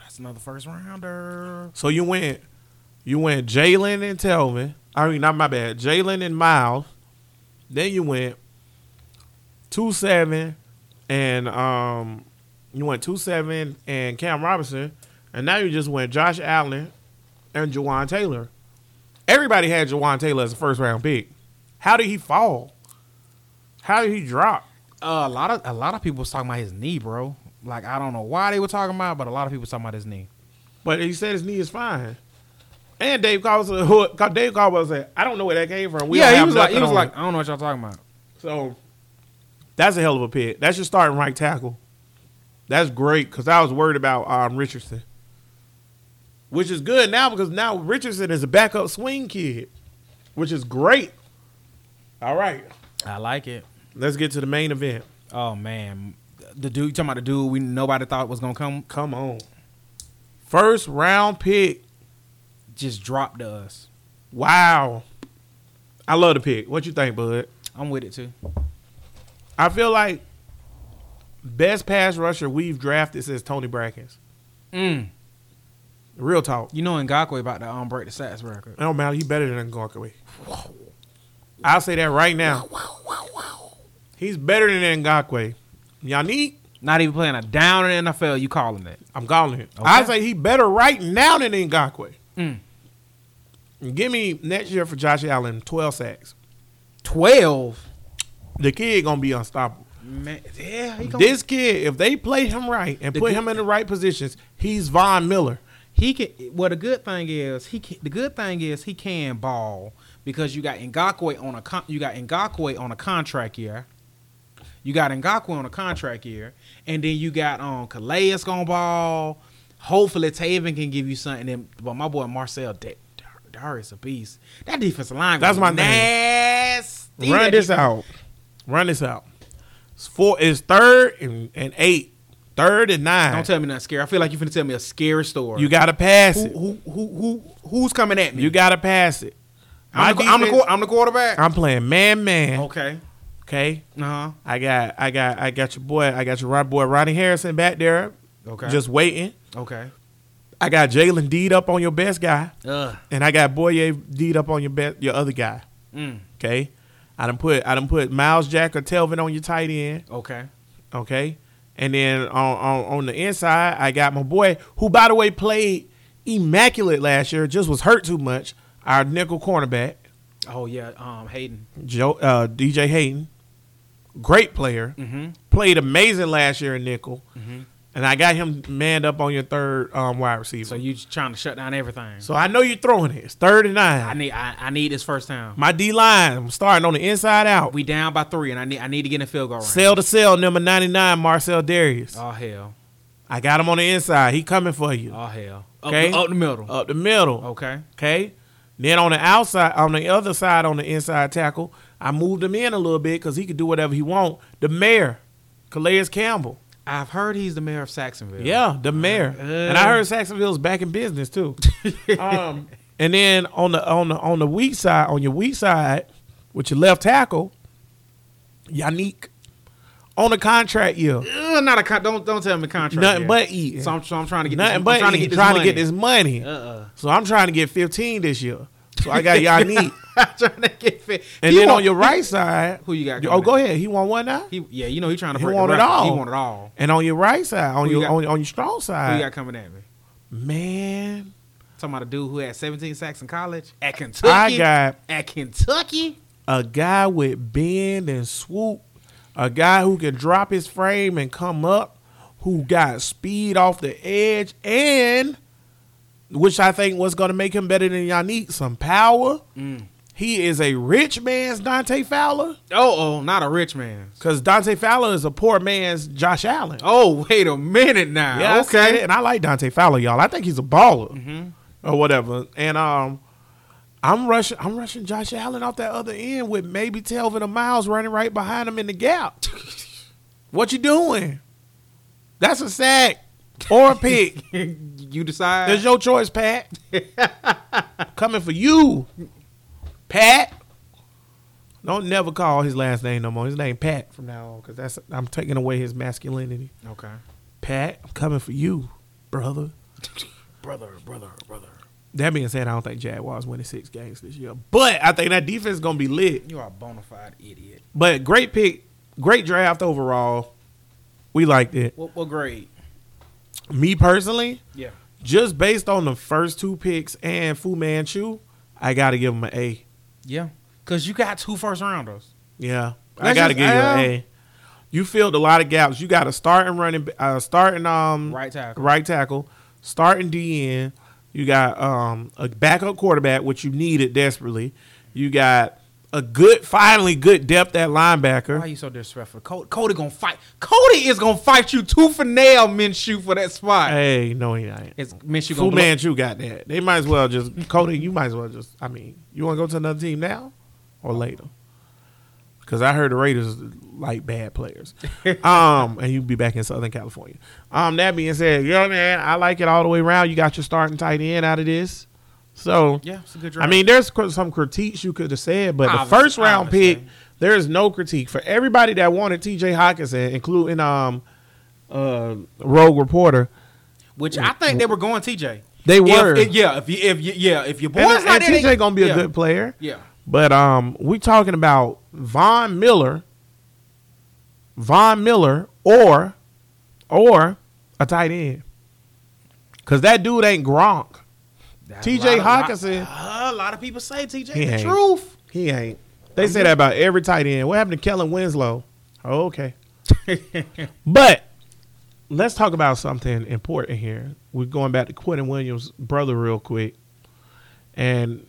That's another first rounder. So you went, you went Jalen and Telvin. I mean, not my bad. Jalen and Miles. Then you went two seven, and um, you went two seven and Cam Robinson, and now you just went Josh Allen and Jawan Taylor. Everybody had Jawan Taylor as a first round pick. How did he fall? How did he drop? Uh, a lot of a lot of people was talking about his knee, bro. Like I don't know why they were talking about, it, but a lot of people was talking about his knee. But he said his knee is fine. And Dave Caldwell, uh, who- Dave Caldwell said, "I don't know where that came from. We don't yeah, he have was like, nothing he was on like, it." I don't know what y'all talking about. so that's a hell of a pick. That's your starting right tackle. That's great because I was worried about um, Richardson, which is good now because now Richardson is a backup swing kid, which is great. All right, I like it. let's get to the main event. Oh man, the dude you talking about the dude we nobody thought was gonna come Come on, first round pick. just dropped to us. Wow, I love the pick. What you think, Bud? I'm with it too. I feel like best pass rusher we've drafted since Tony Brackens. Mm. Real talk. You know Ngakwe about to um break the sacks record. It don't matter. He better than Ngakwe. I'll say that right now. He's better than Ngakwe. Yannick, Not even playing a down in the NFL. You calling that? I'm calling him. I Okay. say he better right now than Ngakwe. Mm. Give me next year for Josh Allen 12 sacks. Twelve. The kid gonna be unstoppable. Man, yeah, he, gonna, This kid, if they play him right and The put good- him in the right positions, he's Von Miller. he can. Well, the good thing is he can, the good thing is he can ball because you got Ngakwe on a con, you got Ngakwe on a contract year. You got Ngakwe on a contract year, and then you got um Calais gonna ball. Hopefully Taven can give you something. And, but my boy Marcel Da- Dar- Darius a beast. That defensive line. That's my gonna be nasty. Run That this de- out. Run this out. It's four. It's third and, and eight. Third and nine. Don't tell me nothing scary. I feel like you're finna tell me a scary story. you gotta pass who, it. who, who, who, who's coming at me? You gotta pass it. My I'm, the, I'm, the, defense- quar- I'm the quarterback. I'm playing man man. Okay. okay. Uh huh. I got I got I got your boy. I got your right boy Ronnie Harrison back there. Okay. Just waiting. Okay. I got Jalen Deed up on your best guy. Ugh. And I got Boye Deed up on your best your other guy. Mm. Okay. I done put I done put Miles Jack or Telvin on your tight end. Okay. Okay. And then on, on, on the inside, I got my boy, who by the way played immaculate last year, just was hurt too much. Our nickel cornerback, Oh yeah, um, Hayden. Joe, uh, DJ Hayden, great player, Mm-hmm. played amazing last year in nickel, and I got him manned up on your third um, wide receiver. So So, you just trying to shut down everything. I know you're throwing it. It's third and I nine. need I, I need this first down. My D line, I'm starting on the inside out. We down by three, and I need I need to get in a field goal range. Sell to sell, number 99, Marcel Darius. Oh hell, I got him on the inside. He coming for you. oh hell. Up, Okay. up the middle. Up the middle. Okay. Okay. Then on the outside, on the other side, on the inside tackle, I moved him in a little bit because he could do whatever he want. The mayor, Calais Campbell. I've heard he's the mayor of Saxonville. Yeah, the mayor. and I Uh. heard Saxonville's back in business too. um, and then on the on the on the weak side, on your weak side, with your left tackle, Yannick, on the contract year, Ugh, Uh, not a con- don't don't tell me contract. nothing yet. but eating, So I'm, so I'm trying to get nothing this, but I'm trying to eating, get this trying money. to get this money. Uh-uh. So I'm trying to get 15 this year. So I got Yannick. I'm trying to get fit. And He then want- on your right side, Who you got Oh, coming go in? ahead. He won one now. he, yeah, you know he's trying to He break the want it record. all. He want it all. And on your right side, on Who you your got? on, on your strong Who you side, got coming at me? man, Talking about a dude who had 17 sacks in college at Kentucky. I got at Kentucky. a guy with bend and swoop, a guy who can drop his frame and come up, who got speed off the edge, and which I think was going to make him better than Yannick, some power. Mm. He is a rich man's Dante Fowler, Oh, oh, not a rich man. because Dante Fowler is a poor man's Josh Allen. Oh, wait a minute now. Yeah, okay. Mm-hmm. okay. and I like Dante Fowler, y'all. I think he's a baller or whatever. And um, I'm rushing. I'm rushing Josh Allen off that other end with maybe Telvin or Miles running right behind him in the gap. what you doing? That's a sack or a pick. you decide. It's your choice, Pat. Coming for you, Pat. Don't never call his last name no more. His name Pat from now on because that's I'm taking away his masculinity. okay. Pat, I'm coming for you, brother. Brother, brother, brother. That being said, I don't think Jaguars winning six games this year, but I think that defense is gonna be lit. You are a bona fide idiot. But great pick, great draft overall. We liked it. What, what grade? Me personally, Yeah. just based on the first two picks and Fu Manchu, I gotta give him an A. Yeah. Because you got two first rounders. Yeah, I That's gotta just- give you an yeah. A. You filled a lot of gaps. You got a starting running, uh, starting um Right tackle. right tackle, starting DN. You got um, a backup quarterback, which you needed desperately. You got a good, finally good depth at linebacker. Why are you so disrespectful? Cody, Cody gonna fight. Cody is gonna fight you tooth and nail, Minshew, for that spot. Hey, no, he ain't. It's Minshew Fu gonna blow- Manchu got that. They might as well just Cody. You might as well just. I mean, you want to go to another team now or later? Because I heard the Raiders like bad players. um, and you be back in Southern California. Um, that being said, yo man, I like it all the way around. You got your starting tight end out of this. So Yeah, it's a good I draft. mean, there's cr- some critiques you could have said, but Obviously, the first round obviously. pick, there is no critique for everybody that wanted T.J. Hawkinson, including um, uh, Rogue Reporter. which I think they were going TJ. They were. If, if- yeah, if you, if you, yeah, if your boy's And, uh, and not there, they- TJ gonna be a yeah, good player, Yeah. but um, we talking about Von Miller, Von Miller, or or a tight end, cause that dude ain't Gronk. TJ A lot of- Hawkinson. A lot of people say TJ He the ain't. truth. He ain't. They say that about every tight end. What happened to Kellen Winslow? Oh, okay, but let's talk about something important here. We're going back to Quentin Williams' brother real quick, and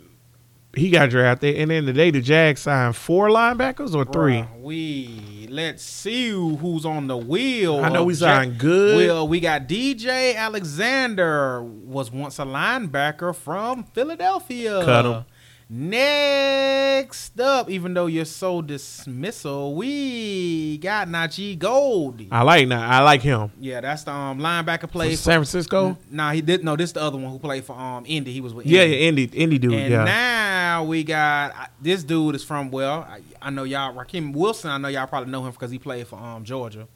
he got drafted. And then the day the Jags signed four linebackers or three. Bruh, we let's see who's on the wheel. I know of we Ja- signed good. Well, we got DJ Alexander was once a linebacker from Philadelphia. Cut him. Next up, even though you're so dismissal, we got Najee Gold. I like now. I like him. Yeah, that's the um, linebacker From play for San Francisco. Nah, he did. No, this the other one who played for um Indy. He was with Yeah, Indy. yeah, indie, indie dude. And yeah, now we got I- this dude is from well, I, I know y'all Raheem Wilson. I know y'all probably know him because he played for um Georgia.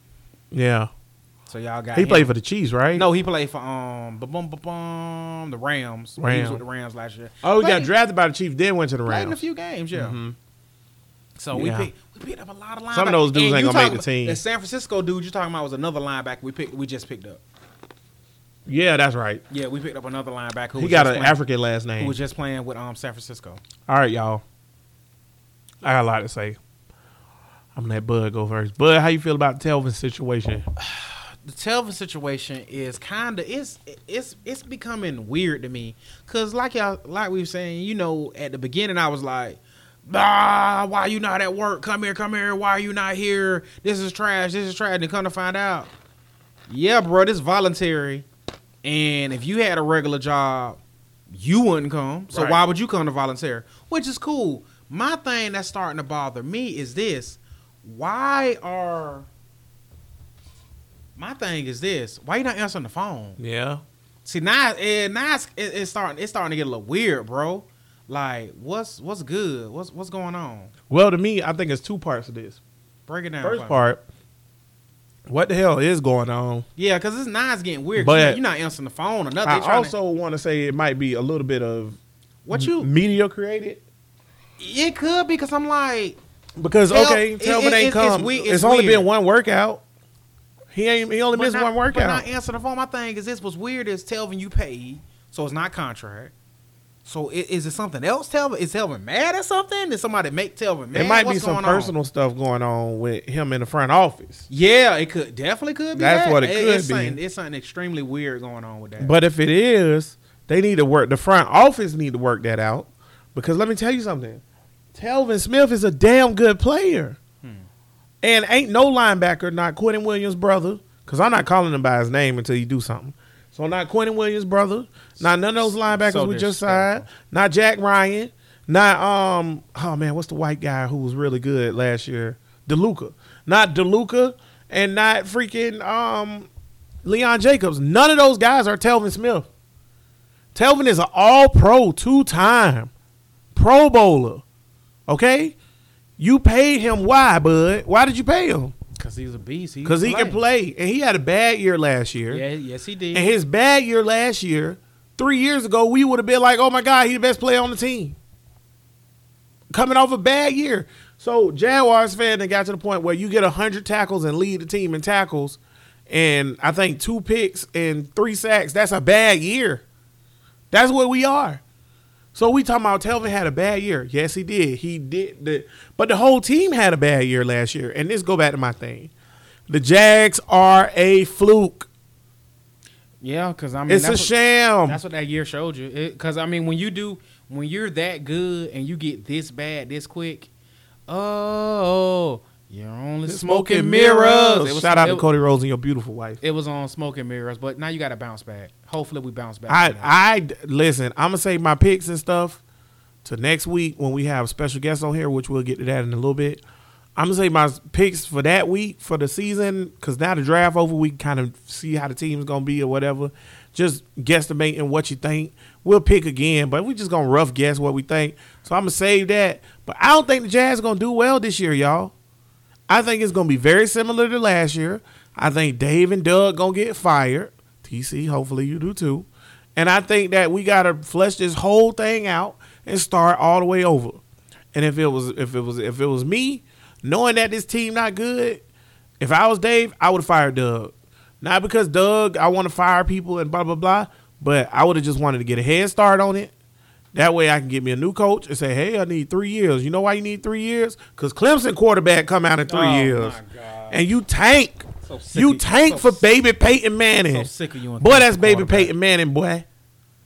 yeah. So y'all got He him. played for the Chiefs, right? no, he played for um ba-bum, ba-bum, the Rams. He was Rams. with the Rams last year. Oh, he got Played- drafted by the Chiefs, then went to the Played in a Rams. few games, yeah. So Mm-hmm. we Yeah. picked we picked up a lot of linebackers. Some of those dudes And ain't you gonna make talking the team. about- The San Francisco dude you talking about was another linebacker we picked we just picked up. Yeah, that's right. Yeah, we picked up another linebacker who He was got just an playing, African last who name. was just playing with um San Francisco. All right, y'all. I got a lot to say. I'm gonna let Bud go first. Bud, how you feel about Telvin's situation? the Telvin situation is kind of it's it's it's becoming weird to me because like y'all like we were saying you know at the beginning I was like ah why you not at work come here come here why are you not here this is trash this is trash and come to find out yeah bro this voluntary and if you had a regular job you wouldn't come so Right. why would you come to volunteer which is cool my thing that's starting to bother me is this why are my thing is this: Why you not answering the phone? Yeah. See now, and now it's, it- it's starting. It's starting to get a little weird, bro. Like, what's what's good? What's what's going on? Well, to me, I think it's two parts of this. Break it down. for First me. part, what the hell is going on? yeah, because it's now it's getting weird. But- But you're not answering the phone or nothing. They I tryna- also want to say it might be a little bit of what you? media created It could be because I'm like, because Tell- okay, it- Telvin it- ain't it's- come. it's It's, we- it's only weird. been one workout. He ain't. He only but missed not- one But not workout. answering the phone. My thing is this: What's weird is Telvin you paid, so it's not contract. So i- is it something else? Telvin is Telvin mad at something? Did somebody make Telvin mad? It might be What's some going on? personal stuff going on with him in the front office. Yeah, it could definitely could be. That's that. what it could it's be. Something, it's something extremely weird going on with that. But if it is, they need to work. The front office need to work that out because let me tell you something. Telvin Smith is a damn good player, and ain't no linebacker not Quentin Williams' brother. Because I'm not calling him by his name until he do something. So not Quentin Williams' brother, not none of those linebackers so we just signed, disrespectful. not Jack Ryan, not um oh man, what's the white guy who was really good last year? DeLuca, not DeLuca, and not freaking um Leon Jacobs. None of those guys are Telvin Smith. Telvin is an all pro two time pro bowler. Okay? You paid him why, bud? Why did you pay him? because he's a beast, Because he can play. And he had a bad year last year. Yeah, yes he did. And his bad year last year, three years ago, we would have been like, oh my God, he the best player on the team. Coming off a bad year. So Jaguars fan that got to the point where you get hundred tackles and lead the team in tackles, and I think two picks and three sacks, that's a bad year. That's what we are. So we talking about Telvin had a bad year. Yes, he did. He did the but the whole team had a bad year last year. And this go back to my thing. The Jags are a fluke. yeah, because I mean, It's that's a what, sham. That's what that year showed you. Because I mean, when you do, when you're that good and you get this bad this quick, oh, you're only smoking, mirrors. It was- Shout out it to was- Cody Rose and your beautiful wife. It was on smoking mirrors, but now you got to bounce back. Hopefully, we bounce back. I from that. I listen. I'm gonna save my picks and stuff to next week when we have special guests on here, which we'll get to that in a little bit. I'm gonna save my picks for that week for the season because now the draft over, we can kind of see how the team's gonna be or whatever. Just guesstimating what you think. We'll pick again, but we just gonna rough guess what we think. So I'm gonna save that. But I don't think the Jazz gonna do well this year, y'all. I think it's gonna be very similar to last year. I think Dave and Doug gonna get fired. TC, hopefully you do too. And I think that we gotta flesh this whole thing out and start all the way over. And if it was if it was if it was me, knowing that this team not good, if I was Dave, I would have fired Doug. Not because Doug, I want to fire people and blah blah blah, but I would have just wanted to get a head start on it. That way I can get me a new coach and say, hey, I need three years. You know why you need three years? Because Clemson quarterback come out in three Oh, my years. God. And you tank. So sick you of- tank so for baby Peyton Manning. so sick of you and boy, Clemson that's baby quarterback. Peyton Manning, boy.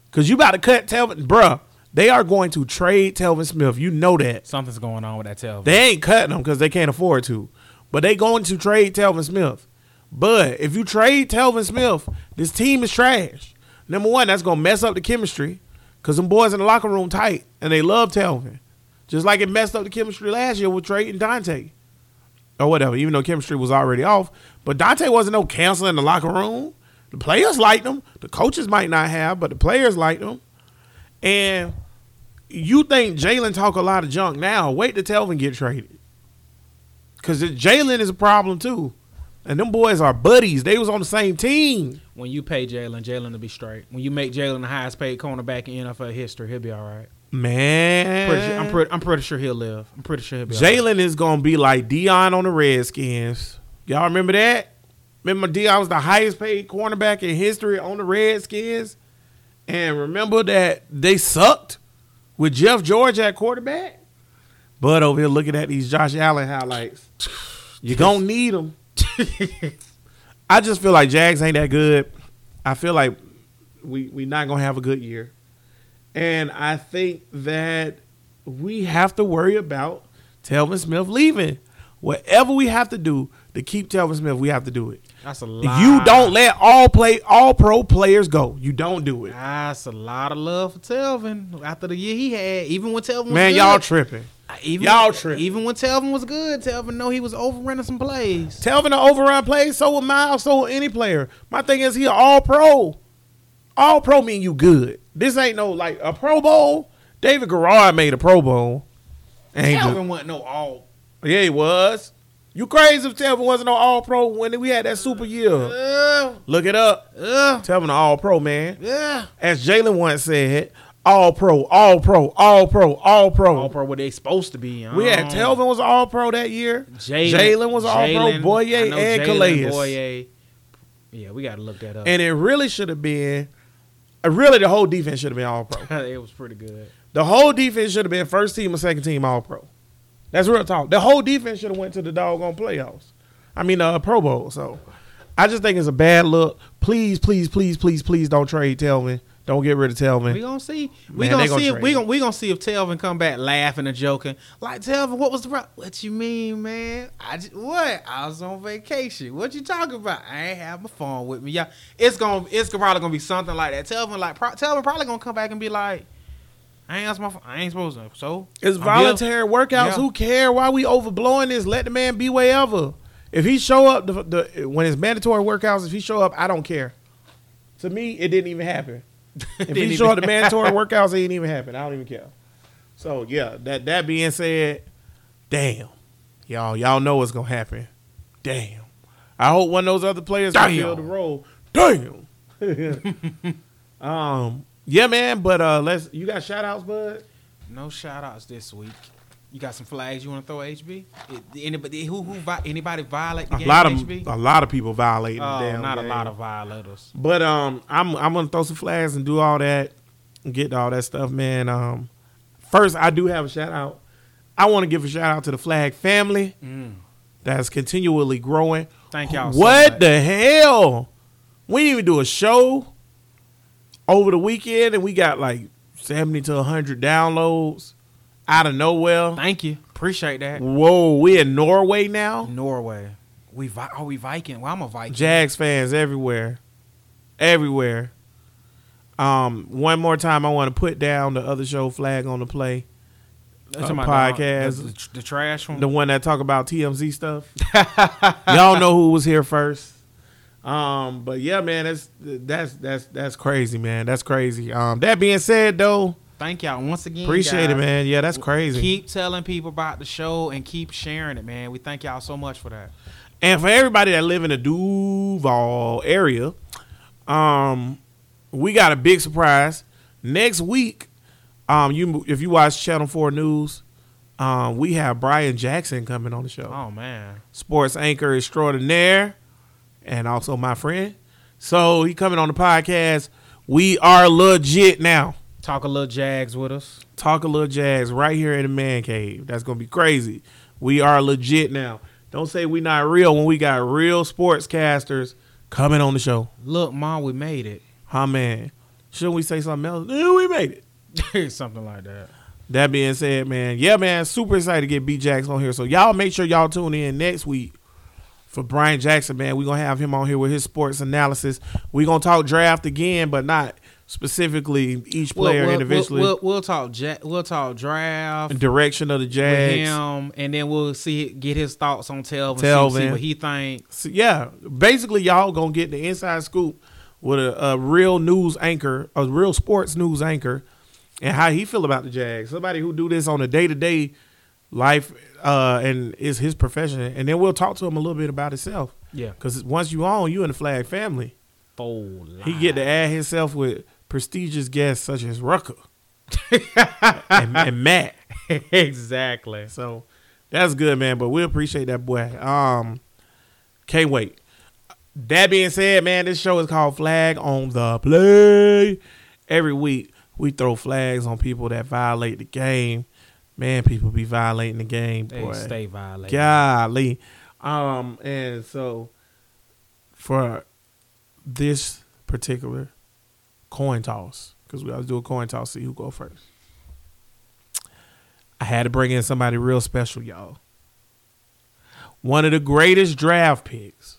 Because you about to cut Telvin. Bruh, they are going to trade Telvin Smith. You know that. something's going on with that tail. They ain't cutting him because they can't afford to. But they going to trade Telvin Smith. But if you trade Telvin Smith, this team is trash. Number one, that's gonna mess up the chemistry. Cause them boys in the locker room tight and they love Telvin. Just like it messed up the chemistry last year with Trey and Dante. Or whatever, even though chemistry was already off. But Dante wasn't no cancer in the locker room. The players liked him. The coaches might not have, but the players liked him. And you think Jalen talk a lot of junk now. Wait till Telvin get traded. Cause the- Jalen is a problem too. And them boys are buddies. They was on the same team. when you pay Jalen, Jalen to be straight. When you make Jalen the highest paid cornerback in NFL history, he'll be all right. Man, Pretty sure- I'm pretty. I'm pretty sure he'll live. I'm pretty sure he'll be. all right. Jalen is gonna be like Dion on the Redskins. Y'all remember that? Remember Dion was the highest paid cornerback in history on the Redskins, and remember that they sucked with Jeff George at quarterback. Bud over here looking at these Josh Allen highlights. You gonna need them. I just feel like Jags ain't that good. I feel like we we not gonna have a good year, and I think that we have to worry about Telvin Smith leaving. Whatever we have to do to keep Telvin Smith, we have to do it. That's a lot. You don't let all play all pro players go. You don't do it, That's a lot of love for Telvin after the year he had. Even when Telvin was man. good, Y'all tripping. even, y'all tripping. Even when Telvin was good, Telvin know he was overrunning some plays. Telvin an overrun play. So will Miles. So will any player. My thing is he an all pro. All pro mean you good. This ain't no like a Pro Bowl. David Garrard made a Pro Bowl. Ain't just- Telvin wasn't no all. Yeah, he was. You crazy if Telvin wasn't on All Pro when we had that super year. Uh, Look it up. uh, Telvin an All Pro man. yeah. As Jalen once said, All Pro, All Pro, All Pro, All Pro. All pro what they supposed to be. We had um, Telvin was All Pro that year. Jalen- Jalen was All Pro. Jalen- Boye I know and Jalen Calais. Boye. Yeah, we gotta look that up. And it really should have been. uh, Really, the whole defense should have been All Pro. it was pretty good. The whole defense should have been first team or second team All Pro. That's real talk. The whole defense should have went to the doggone playoffs. I mean, uh, Pro Bowl. So, I just think it's a bad look. Please, please, please, please, please don't trade Telvin. Don't get rid of We Telvin. gonna see. We Man, gonna they gonna see. If, trade we him. gonna we gonna see if Telvin come back laughing and joking. Like Telvin, what was the problem? What you mean, man? I just, what? I was on vacation. What you talking about? I ain't have my phone with me. Yeah, it's gonna it's probably gonna be something like that. Telvin like pro, Telvin probably gonna come back and be like, I ain't asked my phone. I ain't supposed to. So It's I'm voluntary workouts. Yeah. Who care? Why we overblowing this? Let the man be wherever. If he show up the, the when it's mandatory workouts, if he show up, I don't care. To me, it didn't even happen. here. If Didn't he even- show up the mandatory workouts, it ain't even happen. I don't even care. So yeah, that that being said, damn, y'all y'all know what's gonna happen. Damn, I hope one of those other players can Damn. fill the role. Damn. um, yeah, man. But uh, let's you got shout outs, bud. No shout outs this week. You got some flags you want to throw, HB? It, anybody who who vi- anybody violate the A game? lot of HB? a lot of people violating. Oh, the damn not a game. lot of violators. But um, I'm I'm gonna throw some flags and do all that, and get all that stuff, man. Um, first I do have a shout out. I want to give a shout out to the Flag family Mm. that's continually growing. Thank y'all so What much. the hell? We didn't even do a show over the weekend, and we got like seventy to hundred downloads out of nowhere. Thank you. Appreciate that. Whoa, we in Norway now. Norway. We Vi- are we Viking? Well, I'm a Viking. Jags fans everywhere, everywhere. Um, one more time, I want to put down the other show flag on the play, That's uh, my dog. podcast. The, the, the trash one. the one that talk about TMZ stuff. Y'all know who was here first. Um, but yeah, man, that's that's that's that's crazy, man. That's crazy. Um, that being said, though, Thank y'all once again. appreciate it, guys. man. Yeah, that's crazy. Keep telling people about the show and keep sharing it, man. We thank y'all so much for that. And for everybody that live in the Duval area, um, we got a big surprise next week. Um, you if you watch Channel Four News, um, we have Brian Jackson coming on the show, Oh man, sports anchor extraordinaire, and also my friend. So he coming on the podcast. We are legit now. talk a little Jags with us. Talk a little jazz right here in the man cave. That's gonna be crazy. We are legit now. Don't say we not real when we got real sportscasters coming on the show. Look, mom, we made Huh man. Shouldn't we say something else? Yeah, we made it. it. Something like that. That being said, man, yeah, man, super excited to get B Jackson on here. So y'all make sure y'all tune in next week for Brian Jackson, man. We're gonna have him on here with his sports analysis. We're gonna talk draft again, but not specifically each We'll- player we'll, individually. We'll, we'll, we'll talk. Ja- we'll talk draft. direction of the With Jags. him, and then we'll see get his thoughts on Telvin. See, see Telvin. what he think. So, yeah, basically, y'all gonna get the inside scoop with a, a real news anchor, a real sports news anchor, and how he feel about the Jags. Somebody who do this on a day to day life uh, and is his profession, and then we'll talk to him a little bit about himself. Yeah. because once you on, you in the flag family. Full He get to add himself with prestigious guests such as Rucker, and, and Matt. exactly. So that's good, man. But we appreciate that boy. Um, can't wait. That being said, man, this show is called Flag on the Play. Every week we throw flags on people that violate the game. Man, people be violating the game, They boy. stay violated. Golly. Um, and so for this particular coin toss, because we always do a coin toss, see who go first. I had to bring in somebody real special, y'all. One of the greatest draft picks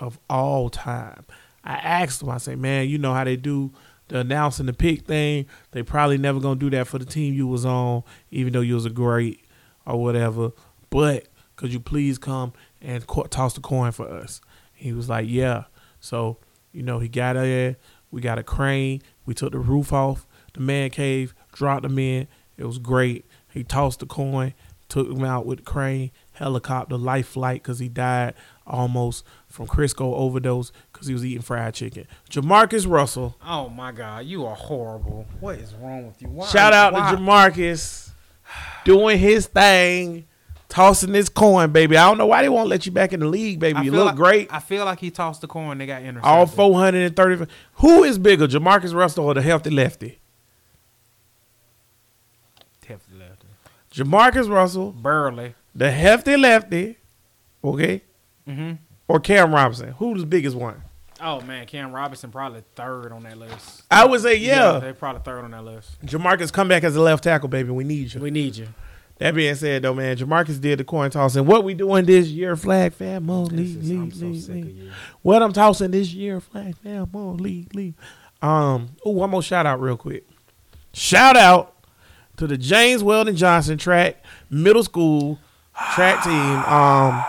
of all time. I asked him, I said, man, you know how they do the announcing the pick thing. They probably never gonna do that for the team you was on, even though you was a great or whatever. But could you please come and co- toss the coin for us? He was like, yeah. So you know, he got there. We got a crane. We took the roof off the man cave, dropped him in. It was great. He tossed the coin, took him out with the crane, helicopter, life flight, because he died almost from Crisco overdose because he was eating fried chicken. Jamarcus Russell. Oh my God, you are horrible. What is wrong with you? Why, Shout out why- to Jamarcus doing his thing, tossing this coin, baby. I don't know why they won't let you back in the league, baby. I you feel look like- great. I feel like he tossed the coin. They got intercepted. All 430. Who is bigger, Jamarcus Russell or the healthy lefty? Hefty lefty. Jamarcus Russell, Burley. the hefty lefty, okay, Mm-hmm. hmm or Cam Robinson? Who's the biggest one? Oh man, Cam Robinson probably third on that list. I would say, yeah. they probably third on that list. Jamarcus, come back as a left tackle, baby. We need you. We need you. That being said, though, man, Jamarcus did the coin toss. And what we doing this year, flag fam, mo, league, This is- I'm league, so league, sick of league. you. What I'm tossing this year, flag fam, mo, league, league. Um, oh, one more shout out real quick. Shout out to the James Weldon Johnson track middle school track team, um,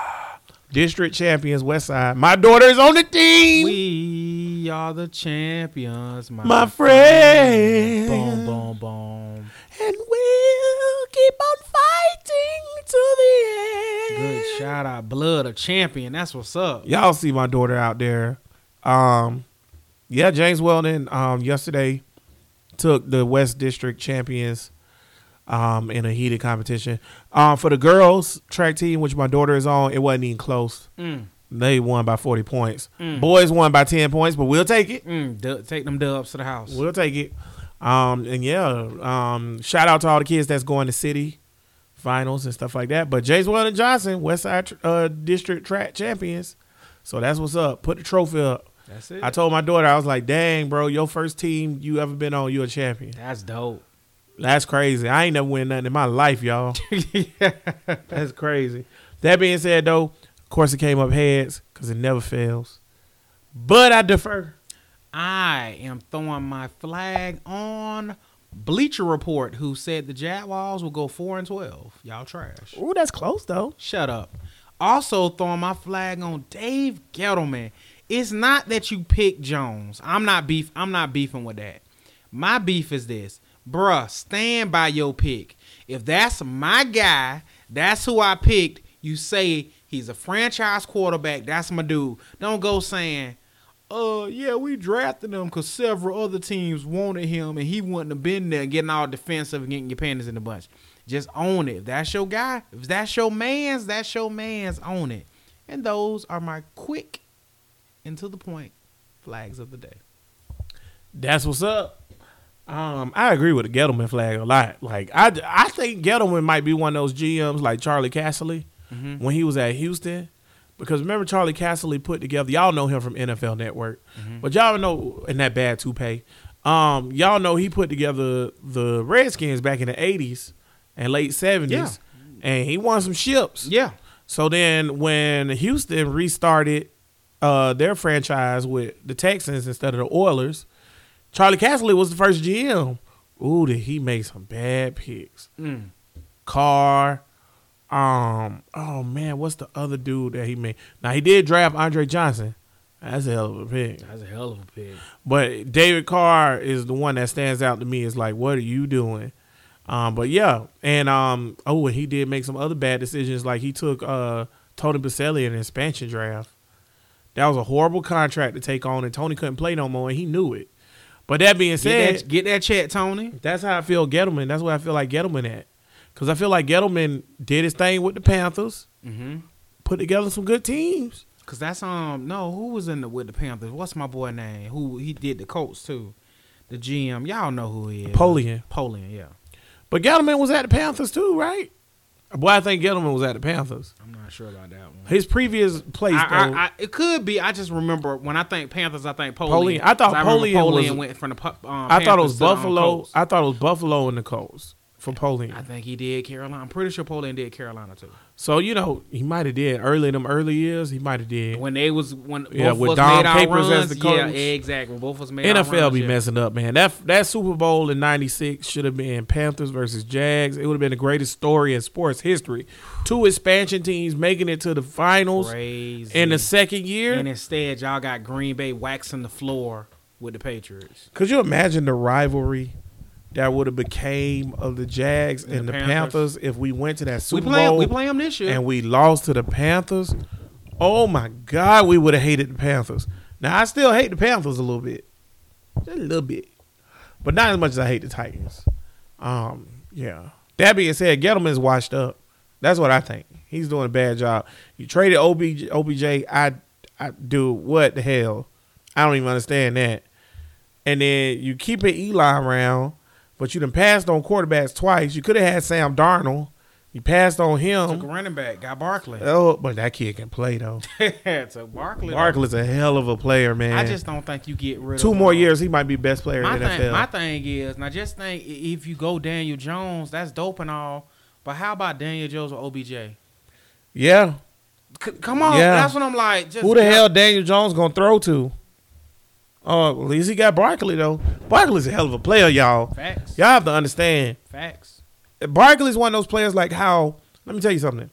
district champions, West Side. My daughter is on the team. We are the champions, my, My friend. Boom, boom, boom. and we'll keep on fighting to the end. Good shout out, blood, a champion. That's what's up. y'all see my daughter out there. Um, yeah, James Weldon um, yesterday took the West District champions um, in a heated competition. Um, for the girls track team, which my daughter is on, it wasn't even close. Mm, They won by 40 points. Boys won by 10 points, but we'll take it. mm, du- take them dubs to the house. We'll take it. Um, and yeah, um, shout out to all the kids that's going to city finals and stuff like that. But James Weldon Johnson, West Side uh, District track champions. So that's what's up. Put the trophy up. That's it. I told my daughter, I was like, dang, bro, your first team you ever been on, you a champion. That's dope. That's crazy. I ain't never win nothing in my life, y'all. That's crazy. That being said, though, of course it came up heads because it never fails. But I defer. I am throwing my flag on Bleacher Report, who said the Jaguars will go four and twelve. Y'all trash. Ooh, that's close, though. Shut up. Also throwing my flag on Dave Gettleman. It's not that you pick Jones. I'm not beef. I'm not beefing with that. My beef is this, bruh. Stand by your pick. If that's my guy, that's who I picked. You say he's a franchise quarterback. That's my dude. Don't go saying, "Uh, yeah, we drafted him because several other teams wanted him, and he wouldn't have been there." Getting all defensive and getting your panties in a bunch. Just own it. If that's your guy, if that's your man's, that's your man's. Own it. And those are my quick and to the point flags of the day. That's what's up. Um, I agree with the Gettleman flag a lot. Like I, I think Gettleman might be one of those GMs like Charlie Casserly when he was at Houston. Because remember Charlie Casserly put together y'all know him from NFL Network, but y'all know in that bad toupee. Um, y'all know he put together the Redskins back in the eighties and late seventies, and he won some ships. Yeah. So then when Houston restarted uh, their franchise with the Texans instead of the Oilers, Charlie Castley was the first GM. Ooh, did he make some bad picks? Mm. Carr. Um, oh man, what's the other dude that he made? Now he did draft Andre Johnson. That's a hell of a pick. That's a hell of a pick. But David Carr is the one that stands out to me. It's like, what are you doing? Um, but yeah, and um, oh, and he did make some other bad decisions. Like he took uh Tony Baselli in an expansion draft. That was a horrible contract to take on, and Tony couldn't play no more, and he knew it. But that being said, Get that, get that check, Tony. that's how I feel Gettleman. That's where I feel like Gettleman at. Because I feel like Gettleman did his thing with the Panthers, Mm-hmm. put together some good teams. Cause that's um no who was in the with the Panthers? What's my boy name? Who he did the Colts too? The GM, y'all know who he is. Napoleon. Polian, yeah. But Gettleman was at the Panthers too, right? Boy, I think Gettleman was at the Panthers. I'm not sure about that one. His previous place, I, though, I, I, it could be. I just remember when I think Panthers, I think Polian. Polian. I thought 'Cause remember Polian was- went from the. pu- Um, I, thought it was Panthers to the, um, Buffalo. Colts. I thought it was Buffalo and the Colts for I Polian. think he did Carolina. I'm pretty sure Polian did Carolina too. So you know he might have did early in them early years. He might have did. When they was when Yeah, both with of us Dom made our Capers as runs, the Yeah, coach. exactly. When both of us made our NFL runs, be yeah. messing up, man. That that Super Bowl in '96 should have been Panthers versus Jags. It would have been the greatest story in sports history. Two expansion teams making it to the finals Crazy. in the second and year. instead, y'all got Green Bay waxing the floor with the Patriots. Could you imagine the rivalry that would have became of the Jags and, the the Panthers. Panthers. if we went to that We Super play, Bowl we play them this year. and we lost to the Panthers? Oh my God, we would have hated the Panthers. Now I still hate the Panthers a little bit, just a little bit, but not as much as I hate the Titans. Um, yeah. That being said, Gettleman's washed up. That's what I think. He's doing a bad job. You traded OBJ. OBJ I, I do what the hell? I don't even understand that. And then you keep it Eli around, but you done passed on quarterbacks twice. You could have had Sam Darnold. You passed on took a him. running back, got Barkley. Oh, but that kid can play though. took Barkley. Barkley's a hell of a player, man. I just don't think you get rid of two more um, years, he might be best player My in the thing, my NFL. thing is, now just think i- if you go Daniel Jones, that's dope and all, but how about Daniel Jones or OBJ? C- yeah. come on, Yeah. that's what I'm like. Just Who the hell Daniel Jones gonna throw to? Oh, at least he got Barkley though. Barkley's a hell of a player, y'all. Facts. Y'all have to understand. Facts. Barkley's one of those players like how let me tell you something.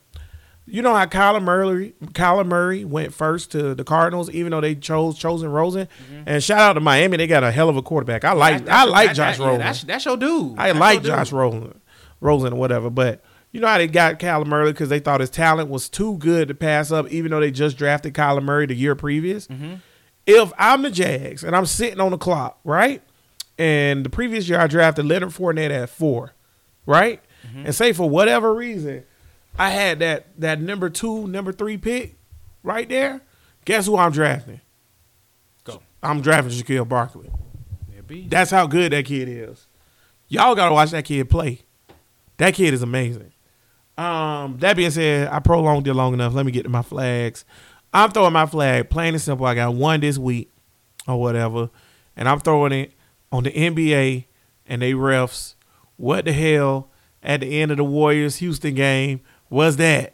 You know how Kyler Murray Kyler Murray went first to the Cardinals, even though they chose chosen Rosen. And shout out to Miami, they got a hell of a quarterback. I like Mm-hmm. That- I that- like that- Josh that- yeah, Rosen. that's, that's your dude. I That's like your Josh dude. Rosen, Rosen or whatever, but you know how they got Kyler Murray because they thought his talent was too good to pass up, even though they just drafted Kyler Murray the year previous. If I'm the Jags and I'm sitting on the clock, right, and the previous year I drafted Leonard Fournette at four, right, and say for whatever reason I had that that number two, number three pick right there, guess who I'm drafting? Go. I'm drafting Shaquille Barkley. Yeah, B. That's how good that kid is. Y'all gotta watch that kid play. That kid is amazing. Um, that being said, I prolonged it long enough. Let me get to my flags. I'm throwing my flag, plain and simple. I got one this week or whatever, and I'm throwing it on the NBA and they refs. What the hell at the end of the Warriors Houston game was that?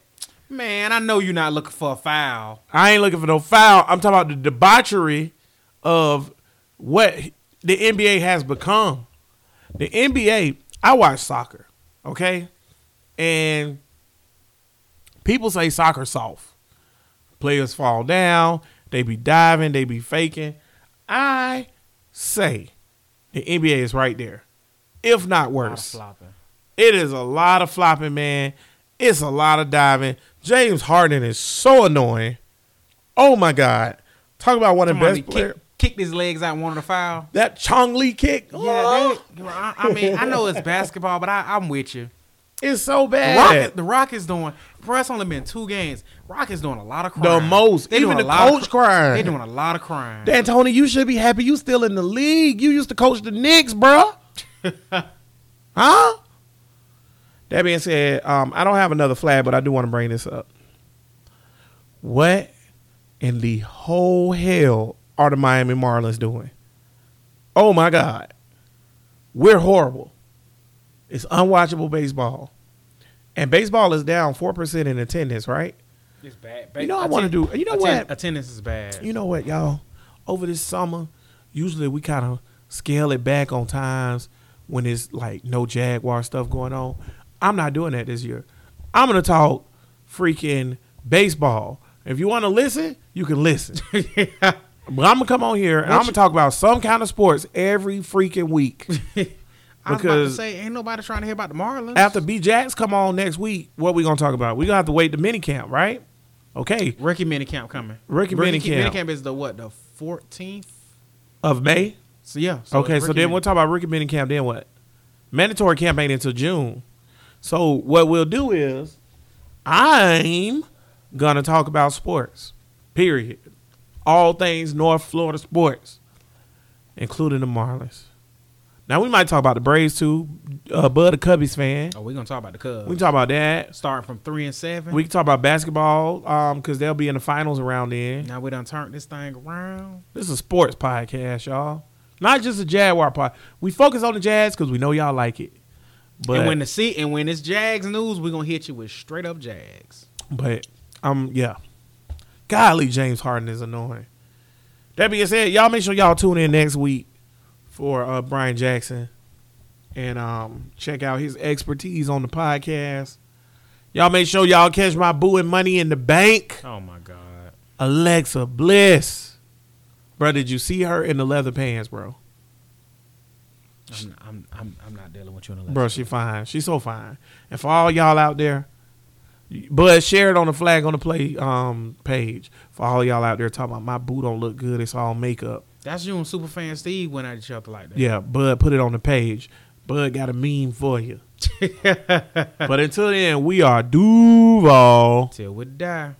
Man, I know you're not looking for a foul. I ain't looking for no foul. I'm talking about the debauchery of what the NBA has become. The NBA, I watch soccer, okay? And people say soccer soft. Players fall down, they be diving, they be faking. I say the NBA is right there, if not Not worse. flopping. It is a lot of flopping, man. It's a lot of diving. James Harden is so annoying. Oh my God. Talk about one of the Somebody best kick, players. kicked his legs out and wanted a foul. That Chong Lee kick. Yeah, Oh, they, I, I mean, I know it's basketball, but I, I'm with you. it's so The bad. Rock, the Rock is doing. For us, only been two games. Rock is doing a lot of The crime. most. They Even doing a the lot of coach cr- crying. They doing a lot of crime. Dan Tony, you should be happy. You still in the league. You used to coach the Knicks, bruh. huh? That being said, um, I don't have another flag, but I do want to bring this up. What in the whole hell are the Miami Marlins doing? Oh my God. We're horrible. It's unwatchable baseball. And baseball is down 4% in attendance, right? It's bad. You know I wanna do- you know what? Attendance is bad. you know what, y'all? Over this summer, usually we kind of scale it back on times when it's like no Jaguar stuff going on. I'm not doing that this year. I'm gonna talk freaking baseball. If you want to listen, you can listen. But I'm gonna come on here and What I'm you- gonna talk about some kind of sports every freaking week. I was about to because- say, ain't nobody trying to hear about the Marlins. After B Jacks come on next week, what we gonna talk about? We gonna have to wait the mini camp, right? Okay, Ricky Minicamp coming. Ricky Ricky Minicamp. Minicamp is the what? The 14th, of May. So yeah. okay, it's so Ricky then we'll talk about Ricky Camp. Then what? Mandatory campaign until June. So what we'll do is, I'm gonna talk about sports. Period. All things North Florida sports, including the Marlins. Now we might talk about the Braves too. Uh, Bud, a Cubbies fan. Oh, we're gonna talk about the Cubs. We can talk about that. starting from three and seven. We can talk about basketball because they'll be in the finals around then. now we done turned this thing around. This is a sports podcast, y'all. Not just a Jaguar pod. We focus on the Jazz because we know y'all like it. But and when the see and when it's Jags news, we're gonna hit you with straight up Jags. but um yeah. Golly, James Harden is annoying. That being said, y'all make sure y'all tune in next week for uh, Brian Jackson and um check out his expertise on the podcast. Y'all make sure y'all catch my boo and money in the bank. Oh my God. Alexa Bliss. Bro, did you see her in the leather pants, bro? I'm, I'm, I'm, I'm not dealing with you in a Bro, she fine. She so fine. And for all y'all out there, Bud share it on the flag on the play um page. For all y'all out there talking about my boot don't look good, it's all makeup. That's you and Superfan Steve went at each other like that. Yeah, Bud put it on the page. Bud got a meme for you. but until then, we are Duval. Till we die.